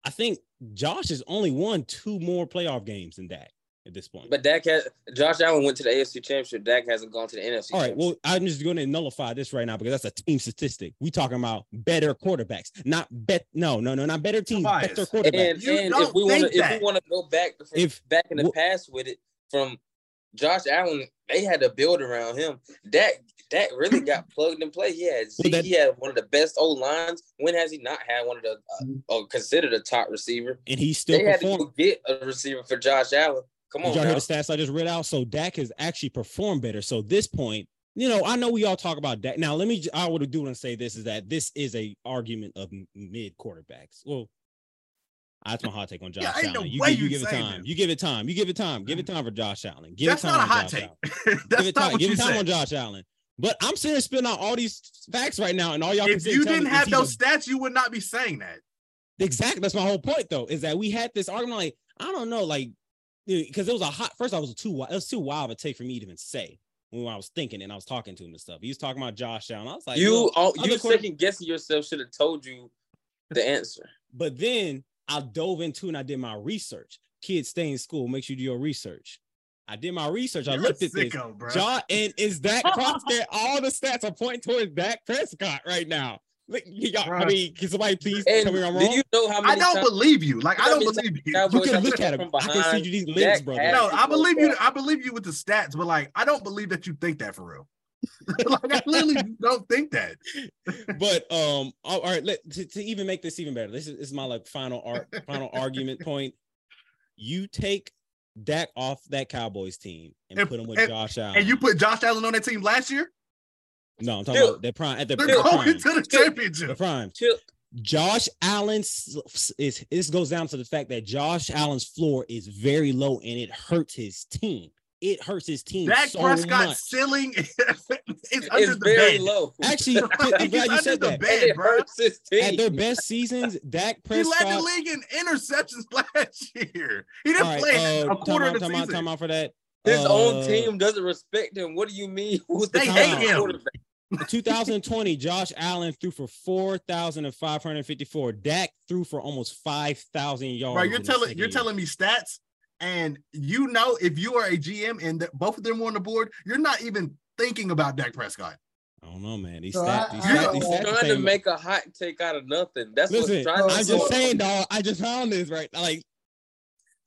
[SPEAKER 6] I think Josh has only won two more playoff games than Dak at this point.
[SPEAKER 5] But Dak has Josh Allen went to the AFC Championship. Dak hasn't gone to the NFC.
[SPEAKER 6] all right, well, I'm just going to nullify this right now because that's a team statistic. We talking about better quarterbacks, not bet. No, no, no, not better teams,
[SPEAKER 3] Tobias.
[SPEAKER 6] better
[SPEAKER 5] Championship.
[SPEAKER 6] quarterbacks.
[SPEAKER 5] and,
[SPEAKER 3] You
[SPEAKER 5] and
[SPEAKER 3] don't
[SPEAKER 5] if we want
[SPEAKER 3] think
[SPEAKER 5] to if
[SPEAKER 3] that.
[SPEAKER 5] we want to go back from-
[SPEAKER 6] If-
[SPEAKER 5] back in the
[SPEAKER 6] wh-
[SPEAKER 5] past with it from Josh Allen, they had to build around him. Dak Dak really got plugged and play. He had Zeke,
[SPEAKER 6] Well, that-
[SPEAKER 5] he had one of the best old lines. When has he not had one of the uh, uh, considered a top receiver?
[SPEAKER 6] and he still
[SPEAKER 5] They had to
[SPEAKER 6] performed.
[SPEAKER 5] go get a receiver for Josh Allen. Come on,
[SPEAKER 6] Did y'all hear
[SPEAKER 5] now.
[SPEAKER 6] the stats I just read out? So Dak has actually performed better. So this point, you know, I know we all talk about Dak. Now, let me. I would do and say this is that this is a argument of m- mid quarterbacks. Well, that's my hot take on Josh
[SPEAKER 3] Yeah, ain't
[SPEAKER 6] Allen.
[SPEAKER 3] no
[SPEAKER 6] you
[SPEAKER 3] way
[SPEAKER 6] give, you
[SPEAKER 3] you
[SPEAKER 6] give it
[SPEAKER 3] say
[SPEAKER 6] time.
[SPEAKER 3] that. Mm.
[SPEAKER 6] You give it time. You give it time. Give it time for Josh Allen. Give
[SPEAKER 3] That's
[SPEAKER 6] it time
[SPEAKER 3] not a
[SPEAKER 6] for
[SPEAKER 3] hot
[SPEAKER 6] Josh
[SPEAKER 3] take.
[SPEAKER 6] Allen. give
[SPEAKER 3] That's
[SPEAKER 6] it time.
[SPEAKER 3] not what
[SPEAKER 6] give
[SPEAKER 3] you
[SPEAKER 6] it time on
[SPEAKER 3] said.
[SPEAKER 6] Josh Allen. But I'm sitting here spitting out all these facts right now, and all y'all can
[SPEAKER 3] If
[SPEAKER 6] sit
[SPEAKER 3] you
[SPEAKER 6] and tell
[SPEAKER 3] didn't
[SPEAKER 6] me is
[SPEAKER 3] have
[SPEAKER 6] he's a
[SPEAKER 3] those stats, you would not be saying that.
[SPEAKER 6] Exactly. That's my whole point, though, is that we had this argument. Like, I don't know, like, because it was a hot. First, I was too. wi- It was too wild of a take for me to even say when I was thinking and I was talking to him and stuff. He was talking about Josh Allen. I was like,
[SPEAKER 5] you
[SPEAKER 6] know,
[SPEAKER 5] all,
[SPEAKER 6] other
[SPEAKER 5] you
[SPEAKER 6] quarter-
[SPEAKER 5] second guessing yourself should have told you the answer.
[SPEAKER 6] But then I dove into and I did my research. Kids stay in school. Make sure you do your research. I did my research. I
[SPEAKER 3] You're a
[SPEAKER 6] looked at this.
[SPEAKER 3] sicko, bro.
[SPEAKER 6] John, and is that Prescott? all the stats are pointing towards Dak Prescott right now. Like, y'all, I
[SPEAKER 3] Bruh.
[SPEAKER 6] mean, can somebody please
[SPEAKER 5] And
[SPEAKER 6] tell me I'm
[SPEAKER 5] do
[SPEAKER 6] wrong?
[SPEAKER 5] you know how many
[SPEAKER 3] I don't
[SPEAKER 5] times
[SPEAKER 3] believe you. Like I
[SPEAKER 5] How
[SPEAKER 3] don't
[SPEAKER 5] many times
[SPEAKER 3] believe you.
[SPEAKER 5] Cowboys
[SPEAKER 6] You can
[SPEAKER 5] have
[SPEAKER 6] look
[SPEAKER 5] come
[SPEAKER 6] at him.
[SPEAKER 5] from
[SPEAKER 6] I can send
[SPEAKER 5] behind?
[SPEAKER 6] you these links,
[SPEAKER 5] Dak
[SPEAKER 6] brother.
[SPEAKER 5] had
[SPEAKER 3] No,
[SPEAKER 5] to
[SPEAKER 3] I
[SPEAKER 5] go
[SPEAKER 3] believe you.
[SPEAKER 5] back.
[SPEAKER 3] I believe you with the stats, but like I don't believe that you think that for real. like I literally don't think that.
[SPEAKER 6] but um all all right let to, to even make this even better this is, this is my like final art final argument point you take Dak off that Cowboys team and,
[SPEAKER 3] And-
[SPEAKER 6] put him with
[SPEAKER 3] and-
[SPEAKER 6] Josh Allen
[SPEAKER 3] And you put Josh Allen on that team last year.
[SPEAKER 6] no I'm talking
[SPEAKER 5] Dude,
[SPEAKER 6] about their prime at their,
[SPEAKER 3] They're
[SPEAKER 6] their
[SPEAKER 3] going
[SPEAKER 6] prime
[SPEAKER 3] to the
[SPEAKER 6] their
[SPEAKER 3] championship.
[SPEAKER 6] prime
[SPEAKER 5] Chill.
[SPEAKER 6] Josh Allen's is this goes down to the fact that Josh Allen's floor is very low and it hurts his team it hurts his team
[SPEAKER 3] Dak
[SPEAKER 6] so much.
[SPEAKER 3] Prescott's ceiling is under
[SPEAKER 5] It's
[SPEAKER 3] the
[SPEAKER 5] very
[SPEAKER 3] bed.
[SPEAKER 5] low.
[SPEAKER 6] actually I'm
[SPEAKER 3] He's
[SPEAKER 6] glad you
[SPEAKER 3] under
[SPEAKER 6] said
[SPEAKER 3] the
[SPEAKER 6] that
[SPEAKER 5] And
[SPEAKER 3] bed,
[SPEAKER 5] it
[SPEAKER 3] bro.
[SPEAKER 5] hurts his
[SPEAKER 6] at
[SPEAKER 5] team.
[SPEAKER 6] their best seasons Dak
[SPEAKER 3] He
[SPEAKER 6] Prescott
[SPEAKER 3] led the league in interceptions last year. He didn't
[SPEAKER 6] All right,
[SPEAKER 3] play
[SPEAKER 6] uh,
[SPEAKER 3] a quarter of
[SPEAKER 6] time out,
[SPEAKER 3] the
[SPEAKER 6] time out,
[SPEAKER 3] season.
[SPEAKER 6] time out for that.
[SPEAKER 5] His
[SPEAKER 6] Uh,
[SPEAKER 5] own team doesn't respect him. What do you mean? Who's the
[SPEAKER 3] They
[SPEAKER 5] top
[SPEAKER 6] hate
[SPEAKER 3] him.
[SPEAKER 5] quarterback?
[SPEAKER 6] 2020, Josh Allen threw for 4,554. Dak threw for almost 5,000 yards.
[SPEAKER 3] Bro,
[SPEAKER 6] in
[SPEAKER 3] you're
[SPEAKER 6] his
[SPEAKER 3] telling
[SPEAKER 6] second
[SPEAKER 3] you're
[SPEAKER 6] year.
[SPEAKER 3] telling me stats, and you know if you are a GM and that both of them were on the board, you're not even thinking about Dak Prescott.
[SPEAKER 6] I don't know, man. These
[SPEAKER 4] So
[SPEAKER 6] stats,
[SPEAKER 4] I-
[SPEAKER 6] these
[SPEAKER 4] I
[SPEAKER 6] stats,
[SPEAKER 4] don't
[SPEAKER 6] these
[SPEAKER 4] know.
[SPEAKER 6] stats. are
[SPEAKER 5] Trying to
[SPEAKER 6] saying-
[SPEAKER 5] make a hot take out of nothing. That's
[SPEAKER 6] Listen,
[SPEAKER 5] what's trying to
[SPEAKER 6] I'm
[SPEAKER 5] go
[SPEAKER 6] just
[SPEAKER 5] on.
[SPEAKER 6] saying, dog. I just found this right. Like,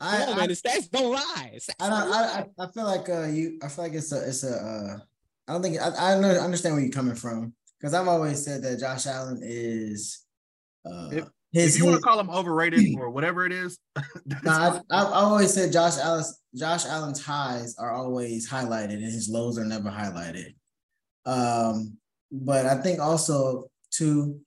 [SPEAKER 6] come
[SPEAKER 4] I,
[SPEAKER 6] on, man. The stats don't lie. Stats
[SPEAKER 4] I, I don't. I, I I feel like uh, you. I feel like it's a. It's a. Uh, I don't think. I, I under- understand where you're coming from because I've always said that Josh Allen is. Uh,
[SPEAKER 3] If-
[SPEAKER 4] his,
[SPEAKER 3] If you want to
[SPEAKER 4] his-
[SPEAKER 3] call him overrated or whatever it is, that's
[SPEAKER 4] nah, I've, I've always said Josh Allen. Josh Allen's highs are always highlighted, and his lows are never highlighted. Um, but I think also too,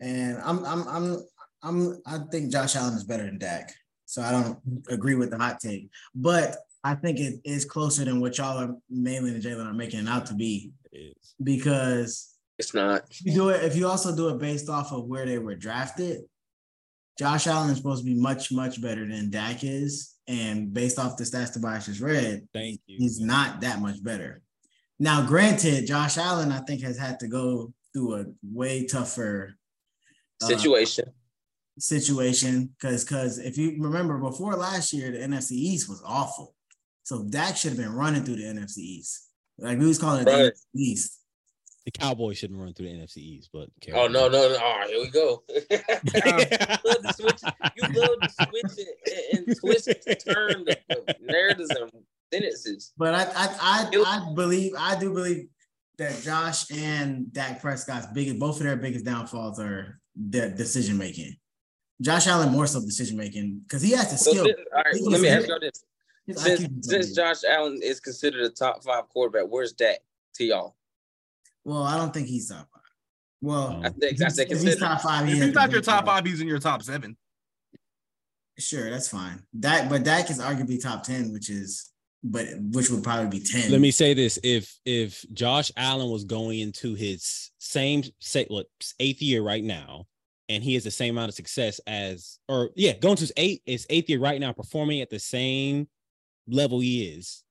[SPEAKER 4] and I'm I'm I'm I'm I think Josh Allen is better than Dak. So I don't agree with the hot take, but I think it is closer than what y'all are mainly and Jalen are making it out to be
[SPEAKER 6] is.
[SPEAKER 4] because
[SPEAKER 5] It's not.
[SPEAKER 4] you do it if you also do it based off of where they were drafted. Josh Allen is supposed to be much much better than Dak is, and based off the stats Tobias just read,
[SPEAKER 6] Thank you.
[SPEAKER 4] he's not that much better. Now, granted, Josh Allen I think has had to go through a way tougher
[SPEAKER 6] Uh-huh.
[SPEAKER 4] uh,
[SPEAKER 5] Situation.
[SPEAKER 4] situation because because if you remember before last year, the NFC East was awful, so Dak should have been running through the NFC East. Like we was calling it
[SPEAKER 5] Right.
[SPEAKER 4] the NFC East.
[SPEAKER 6] The Cowboys shouldn't run through the NFC East, but
[SPEAKER 5] Oh no, no, no! Oh, here we go. love to switch- you love to switch it and, and twist, turn the, the narratives and sentences.
[SPEAKER 4] But I, I, I, I believe, I do believe that Josh and Dak Prescott's biggest, both of their biggest downfalls are their decision making. Josh Allen more so decision making because he has the
[SPEAKER 5] So,
[SPEAKER 4] skill.
[SPEAKER 5] this- all right,
[SPEAKER 4] He
[SPEAKER 5] let me
[SPEAKER 4] is-
[SPEAKER 5] ask y'all this:
[SPEAKER 4] His IQ
[SPEAKER 5] since,
[SPEAKER 4] is
[SPEAKER 5] since
[SPEAKER 4] amazing.
[SPEAKER 5] Josh Allen is considered a top five quarterback, where's Dak to y'all?
[SPEAKER 4] well, I don't think he's top five. Well,
[SPEAKER 5] I think I
[SPEAKER 4] if
[SPEAKER 5] say
[SPEAKER 4] he's- if he's
[SPEAKER 5] considered.
[SPEAKER 4] top five. he
[SPEAKER 3] Oh. If
[SPEAKER 4] has
[SPEAKER 3] he's
[SPEAKER 4] to
[SPEAKER 3] not
[SPEAKER 4] break
[SPEAKER 3] your top
[SPEAKER 4] it.
[SPEAKER 3] five, he's in your top seven.
[SPEAKER 4] Sure, that's fine. Dak, but Dak is arguably top ten, which is, but which would probably be ten.
[SPEAKER 6] Let me say this: if if Josh Allen was going into his same say what eighth year right now, and he has the same amount of success as, or yeah, going to his eight his eighth year right now, performing at the same level he is,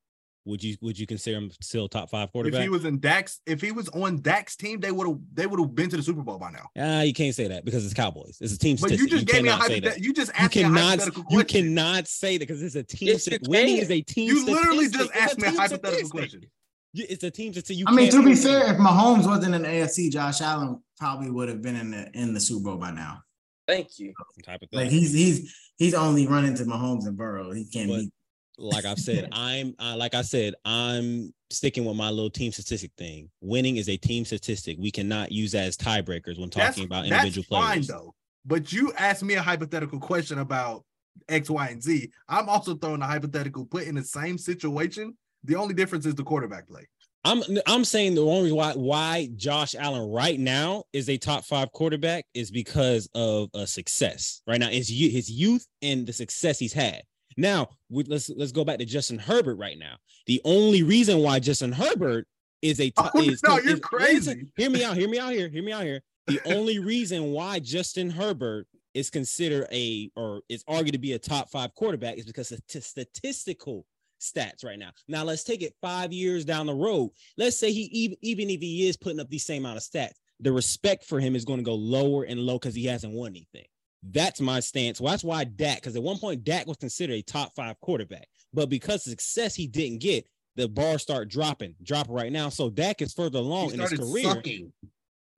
[SPEAKER 6] would you would you consider him still top five
[SPEAKER 3] If
[SPEAKER 6] quarterback?
[SPEAKER 3] he was in Dax, if he was on Dak's team, they would have they would have been to the Super Bowl by now.
[SPEAKER 6] Ah, you can't say that because it's Cowboys. It's a team
[SPEAKER 3] But
[SPEAKER 6] statistic.
[SPEAKER 3] you just gave me a
[SPEAKER 6] cannot say that.
[SPEAKER 3] hypothetical. You just
[SPEAKER 6] You
[SPEAKER 3] asked me a
[SPEAKER 6] cannot.
[SPEAKER 3] hypothetical
[SPEAKER 6] You
[SPEAKER 3] question.
[SPEAKER 6] cannot say that because it's a team.
[SPEAKER 5] Yes,
[SPEAKER 6] sta-
[SPEAKER 5] you
[SPEAKER 6] winning
[SPEAKER 5] can.
[SPEAKER 6] is a team.
[SPEAKER 3] You literally just
[SPEAKER 6] statistic. It's
[SPEAKER 3] asked me a
[SPEAKER 6] team
[SPEAKER 3] hypothetical
[SPEAKER 6] statistic.
[SPEAKER 3] question.
[SPEAKER 6] You- It's a team statistic. You
[SPEAKER 4] I mean,
[SPEAKER 6] can't
[SPEAKER 4] to be
[SPEAKER 6] say that.
[SPEAKER 4] fair, if Mahomes wasn't in the AFC, Josh Allen probably would have been in the in the Super Bowl by now.
[SPEAKER 5] Thank you.
[SPEAKER 6] type of thing.
[SPEAKER 4] Like he's he's he's only running to Mahomes and Burrow. He can't
[SPEAKER 6] But-
[SPEAKER 4] be.
[SPEAKER 6] like I've said, I'm I, like I said, I'm sticking with my little team statistic thing. Winning is a team statistic. We cannot use that as tiebreakers when talking about individual
[SPEAKER 3] fine
[SPEAKER 6] players.
[SPEAKER 3] though. But you asked me a hypothetical question about X, Y, and Z. I'm also throwing a hypothetical, put in the same situation. The only difference is the quarterback play.
[SPEAKER 6] I'm I'm saying the only reason why why Josh Allen right now is a top five quarterback is because of a success right now. It's you- his youth and the success he's had. Now we, let's let's go back to Justin Herbert right now. The only reason why Justin Herbert is a top
[SPEAKER 3] Oh,
[SPEAKER 6] is
[SPEAKER 3] no, you're
[SPEAKER 6] is- listen,
[SPEAKER 3] crazy.
[SPEAKER 6] Hear me out. Hear me out here. Hear me out here. The only reason why Justin Herbert is considered a or is argued to be a top five quarterback is because of t- statistical stats right now. Now let's take it five years down the road. Let's say he even even if he is putting up these same amount of stats, the respect for him is going to go lower and low because he hasn't won anything. That's my stance. Well, that's why Dak, because at one point Dak was considered a top five quarterback, but because of success he didn't get, the bar start dropping, dropping right now. So Dak is further along Oh, in his career.
[SPEAKER 3] sucking.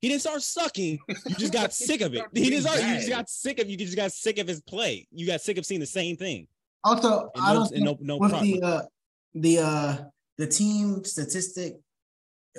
[SPEAKER 6] He didn't start sucking. You just got sick of it.
[SPEAKER 3] started
[SPEAKER 6] He just,
[SPEAKER 3] being
[SPEAKER 6] you just
[SPEAKER 3] bad.
[SPEAKER 6] got sick of you just got sick of his play. You got sick of seeing the same thing.
[SPEAKER 4] Also,
[SPEAKER 6] And
[SPEAKER 4] I
[SPEAKER 6] no,
[SPEAKER 4] don't
[SPEAKER 6] and
[SPEAKER 4] think
[SPEAKER 6] no, no
[SPEAKER 4] with
[SPEAKER 6] pro-
[SPEAKER 4] the uh, the uh, the team statistic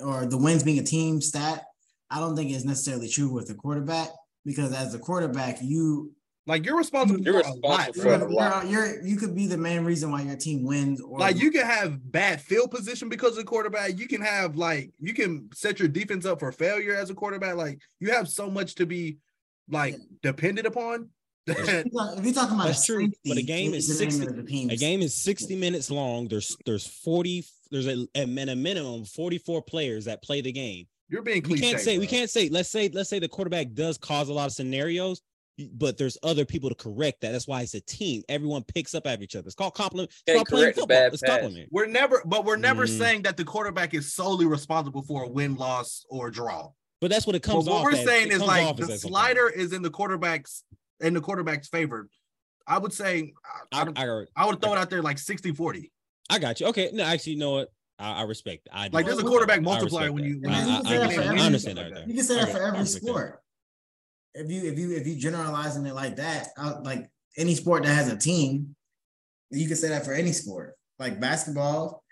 [SPEAKER 4] or the wins being a team stat. I don't think it's necessarily true with the quarterback because as a quarterback, you
[SPEAKER 3] Like you're responsible.
[SPEAKER 5] You're
[SPEAKER 3] for a lot.
[SPEAKER 5] responsible for
[SPEAKER 4] you're,
[SPEAKER 5] a lot.
[SPEAKER 4] you're, you're you could be the main reason why your team wins or
[SPEAKER 3] Like you can have bad field position because of the quarterback. You can have like you can set your defense up for failure as a quarterback. Like you have so much to be like depended upon.
[SPEAKER 4] If you're- if you're talking about
[SPEAKER 6] That's
[SPEAKER 4] a
[SPEAKER 6] true,
[SPEAKER 4] safety,
[SPEAKER 6] but a game
[SPEAKER 4] it's
[SPEAKER 6] is
[SPEAKER 4] the name
[SPEAKER 6] 60
[SPEAKER 4] of the team.
[SPEAKER 6] A game is 60 minutes long. There's there's 40 there's a, a min- a minimum 44 players that play the game.
[SPEAKER 3] You're being
[SPEAKER 6] We
[SPEAKER 3] cliche.
[SPEAKER 6] can't say we
[SPEAKER 3] bro.
[SPEAKER 6] can't say let's say let's say the quarterback does cause a lot of scenarios, but there's other people to correct that. That's why it's a team. Everyone picks up at each other. It's called compliment. It's
[SPEAKER 5] Can't
[SPEAKER 6] called playing
[SPEAKER 5] correct a
[SPEAKER 6] football.
[SPEAKER 5] bad
[SPEAKER 6] It's
[SPEAKER 5] pass.
[SPEAKER 6] compliment.
[SPEAKER 3] We're never, but we're never
[SPEAKER 6] Mm.
[SPEAKER 3] saying that the quarterback is solely responsible for a win, loss, or draw.
[SPEAKER 6] But that's what it
[SPEAKER 3] But
[SPEAKER 6] comes
[SPEAKER 3] what
[SPEAKER 6] off.
[SPEAKER 3] we're
[SPEAKER 6] as.
[SPEAKER 3] saying
[SPEAKER 6] It
[SPEAKER 3] is
[SPEAKER 6] comes
[SPEAKER 3] like
[SPEAKER 6] off as
[SPEAKER 3] the
[SPEAKER 6] that's a compliment.
[SPEAKER 3] slider is in the quarterback's in the quarterback's favor. I would say I, I,
[SPEAKER 6] I, I, got-
[SPEAKER 3] I would throw it out there like 60 40.
[SPEAKER 6] I got you. Okay. No, actually, you know what? I, I respect. that. I do
[SPEAKER 3] Like, there's a
[SPEAKER 6] respect
[SPEAKER 3] quarterback
[SPEAKER 6] that. I
[SPEAKER 3] multiplier
[SPEAKER 6] respect
[SPEAKER 3] when
[SPEAKER 6] that.
[SPEAKER 3] you- when
[SPEAKER 6] I,
[SPEAKER 4] you-
[SPEAKER 6] I-
[SPEAKER 4] You can
[SPEAKER 6] I
[SPEAKER 4] say that for
[SPEAKER 6] understand, I
[SPEAKER 4] every-
[SPEAKER 6] understand that.
[SPEAKER 3] You
[SPEAKER 4] You can say that
[SPEAKER 6] Okay,
[SPEAKER 4] for
[SPEAKER 6] I
[SPEAKER 4] every
[SPEAKER 6] understand.
[SPEAKER 4] sport. If you if you if you generalizing it like that, uh, like any sport that has a team, you can say that for any sport, like basketball,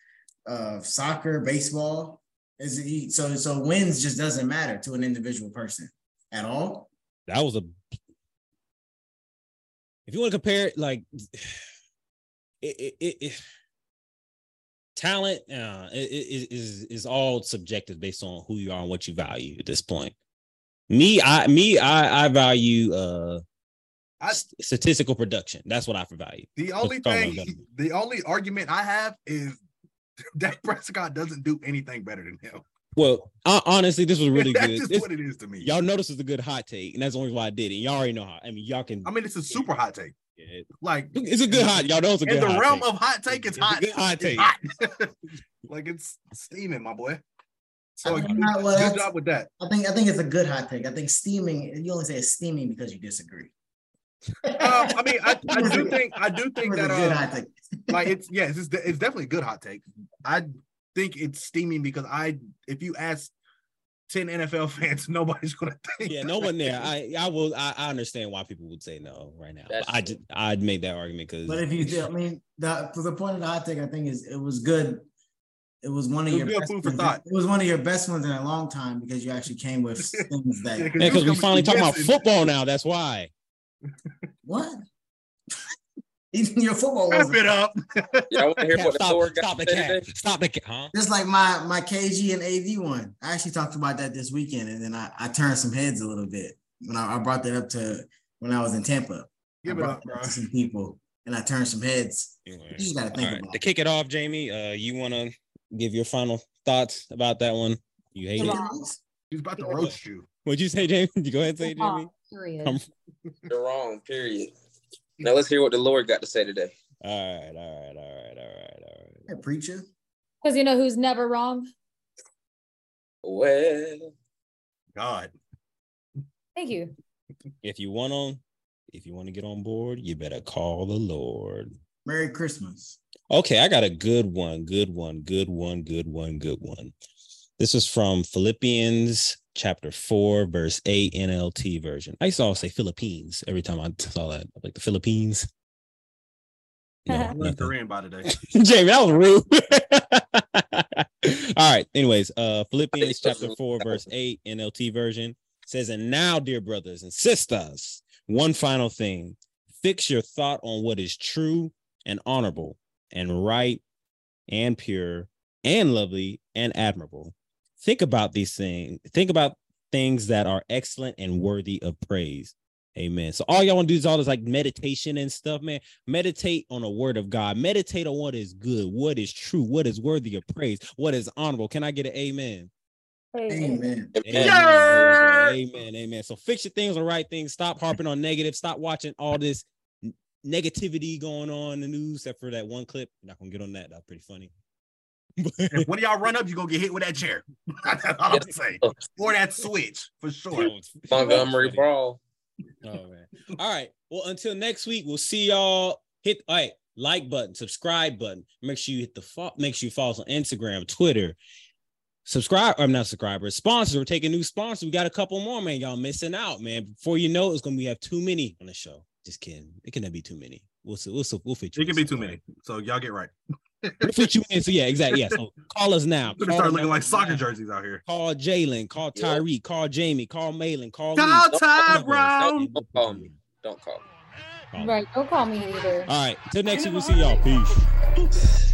[SPEAKER 4] uh, soccer, baseball. Is it, you- so so wins just doesn't matter to an individual person at all.
[SPEAKER 6] That was a. If you want to compare it, like, it, it, it, it- talent uh, i- i- is is is all subjective based on who you are and what you value at this point. Me, I me, I I value uh
[SPEAKER 3] I,
[SPEAKER 6] st- statistical production. That's what I value.
[SPEAKER 3] the only
[SPEAKER 6] Let's throw
[SPEAKER 3] thing,
[SPEAKER 6] it down.
[SPEAKER 3] the only argument I have is Dak Prescott doesn't do anything better than him.
[SPEAKER 6] Well, I, honestly, this was really
[SPEAKER 3] that's
[SPEAKER 6] good.
[SPEAKER 3] just
[SPEAKER 6] This-
[SPEAKER 3] what it is to me.
[SPEAKER 6] y'all know this is a good hot take, and that's the only reason why I did it. Y'all already know how. I mean, y'all can.
[SPEAKER 3] I mean, it's a super hot take.
[SPEAKER 6] it-
[SPEAKER 3] Like
[SPEAKER 6] It's a good hot. Y'all know it's a good
[SPEAKER 3] in the
[SPEAKER 6] hot
[SPEAKER 3] realm
[SPEAKER 6] take.
[SPEAKER 3] of hot take, it's,
[SPEAKER 6] It's a
[SPEAKER 3] hot.
[SPEAKER 6] good hot
[SPEAKER 3] It's
[SPEAKER 6] take.
[SPEAKER 3] hot. like it's steaming, my boy. So
[SPEAKER 4] I
[SPEAKER 3] Oh, good,
[SPEAKER 4] think not- well,
[SPEAKER 3] good
[SPEAKER 4] that's-
[SPEAKER 3] job with that.
[SPEAKER 4] I think I think it's a good hot take. I think steaming. You only say it's steaming because you disagree.
[SPEAKER 3] Um, I mean, I, I do think I do think
[SPEAKER 4] It was a
[SPEAKER 3] that
[SPEAKER 4] good
[SPEAKER 3] um,
[SPEAKER 4] hot take.
[SPEAKER 3] like it's yes, it's, de- it's definitely a good hot take. I think it's steaming because I if you ask ten NFL fans, nobody's gonna think.
[SPEAKER 6] Yeah, no one there. I I will. I, I understand why people would say no right now.
[SPEAKER 5] That's
[SPEAKER 6] But I
[SPEAKER 5] true.
[SPEAKER 6] just I'd make that argument because
[SPEAKER 7] But if you, do, I mean, the for the point of the hot take, I think is it was good. It was one of
[SPEAKER 3] It was
[SPEAKER 7] your
[SPEAKER 3] good
[SPEAKER 7] best
[SPEAKER 3] food for
[SPEAKER 7] ones.
[SPEAKER 3] thought.
[SPEAKER 7] It was one of your best ones in a long time because you actually came with things that
[SPEAKER 3] Yeah, you
[SPEAKER 6] yeah,
[SPEAKER 3] was
[SPEAKER 6] because we
[SPEAKER 3] gonna be
[SPEAKER 6] finally talking about
[SPEAKER 3] guessing.
[SPEAKER 6] football now. That's why.
[SPEAKER 7] what even your football
[SPEAKER 3] Wrap
[SPEAKER 7] was
[SPEAKER 3] it up.
[SPEAKER 5] Y'all want to hear
[SPEAKER 6] Cap,
[SPEAKER 5] what the
[SPEAKER 6] stop,
[SPEAKER 5] Thor guy
[SPEAKER 6] stop the
[SPEAKER 5] said
[SPEAKER 6] cat.
[SPEAKER 5] today?
[SPEAKER 6] Stop the cat. Huh?
[SPEAKER 7] just like my my KG and AV one. I actually talked about that this weekend, and then I I turned some heads a little bit when I, I brought that up to when I was in Tampa.
[SPEAKER 3] Give
[SPEAKER 7] I
[SPEAKER 3] it
[SPEAKER 7] brought
[SPEAKER 3] up,
[SPEAKER 7] that
[SPEAKER 3] bro.
[SPEAKER 7] to some people, and I turned some heads.
[SPEAKER 6] Anyway.
[SPEAKER 7] You just gotta think
[SPEAKER 6] All right.
[SPEAKER 7] about
[SPEAKER 6] To
[SPEAKER 7] it.
[SPEAKER 6] kick it off, Jamie, uh, you want to give your final thoughts about that one? You hate it.
[SPEAKER 3] He's about to roast you.
[SPEAKER 6] What'd you say, Jamie? You go ahead and say, it, Jamie.
[SPEAKER 1] Oh, period.
[SPEAKER 6] Come-
[SPEAKER 5] You're wrong. Period. Now let's hear what the Lord got to say today.
[SPEAKER 6] All right, all right, all right, all right, all right.
[SPEAKER 7] Hey, preacher.
[SPEAKER 1] Because you know who's never wrong?
[SPEAKER 5] Well,
[SPEAKER 3] God.
[SPEAKER 1] Thank you.
[SPEAKER 6] If you want on, if you want to get on board, you better call the Lord.
[SPEAKER 7] Merry Christmas.
[SPEAKER 6] Okay, I got a good one, good one, good one, good one, good one. This is from Philippians chapter 4, verse 8 NLT version. I used to always say Philippines every time I saw that. Like the Philippines.
[SPEAKER 3] I
[SPEAKER 6] No,
[SPEAKER 3] learned
[SPEAKER 6] nothing.
[SPEAKER 3] Korean by today.
[SPEAKER 6] Jamie, that was rude. All right. Anyways, uh Philippians
[SPEAKER 5] I think
[SPEAKER 6] chapter
[SPEAKER 5] those are-
[SPEAKER 6] 4, verse 8, NLT version says, And now, dear brothers and sisters, one final thing. Fix your thought on what is true and honorable and right and pure and lovely and admirable. Think about these things. Think about things that are excellent and worthy of praise. Amen. So all y'all want to do is all this like meditation and stuff, man. Meditate on the word of God. Meditate on what is good, what is true, what is worthy of praise, what is honorable. Can I get an amen?
[SPEAKER 7] Amen.
[SPEAKER 6] Amen.
[SPEAKER 5] amen.
[SPEAKER 6] Amen. Amen. So fix your things on right things. Stop harping on negative. Stop watching all this n- negativity going on in the news, except for that one clip. You're not gonna get on that. That's pretty funny.
[SPEAKER 3] if one of y'all run up, you're gonna get hit with that chair. That's all I'm saying. Or that switch for sure.
[SPEAKER 5] Montgomery Brawl.
[SPEAKER 6] Oh man. All right. Well, until next week, we'll see y'all. Hit all right, like button, subscribe button. Make sure you hit the fo- make sure you follow us on Instagram, Twitter. Subscribe, I'm not subscribers, sponsors. We're taking new sponsors. We got a couple more, man. Y'all missing out, man. Before you know, it, it's gonna be have too many on the show. Just kidding. It cannot be too many. We'll see. We'll, see- we'll fit you.
[SPEAKER 3] It can be
[SPEAKER 6] in
[SPEAKER 3] too
[SPEAKER 6] somewhere.
[SPEAKER 3] many. So y'all get right.
[SPEAKER 6] We'll fit you in. So yeah, exactly. Yeah. So call us now.
[SPEAKER 3] I'm gonna
[SPEAKER 6] Call
[SPEAKER 3] start
[SPEAKER 6] the
[SPEAKER 3] looking like
[SPEAKER 6] numbers
[SPEAKER 3] soccer
[SPEAKER 6] now.
[SPEAKER 3] jerseys out here.
[SPEAKER 6] Call Jalen. Call
[SPEAKER 5] Yeah.
[SPEAKER 6] Tyree. Call Jamie. Call Malin. Call.
[SPEAKER 3] Call
[SPEAKER 6] Lee.
[SPEAKER 3] Ty
[SPEAKER 6] Numbers.
[SPEAKER 3] Brown.
[SPEAKER 5] Call me. Don't call me.
[SPEAKER 6] Call me.
[SPEAKER 1] Right. Don't call me either.
[SPEAKER 6] All right. Till next week, we'll see y'all. Peace.
[SPEAKER 2] Peace.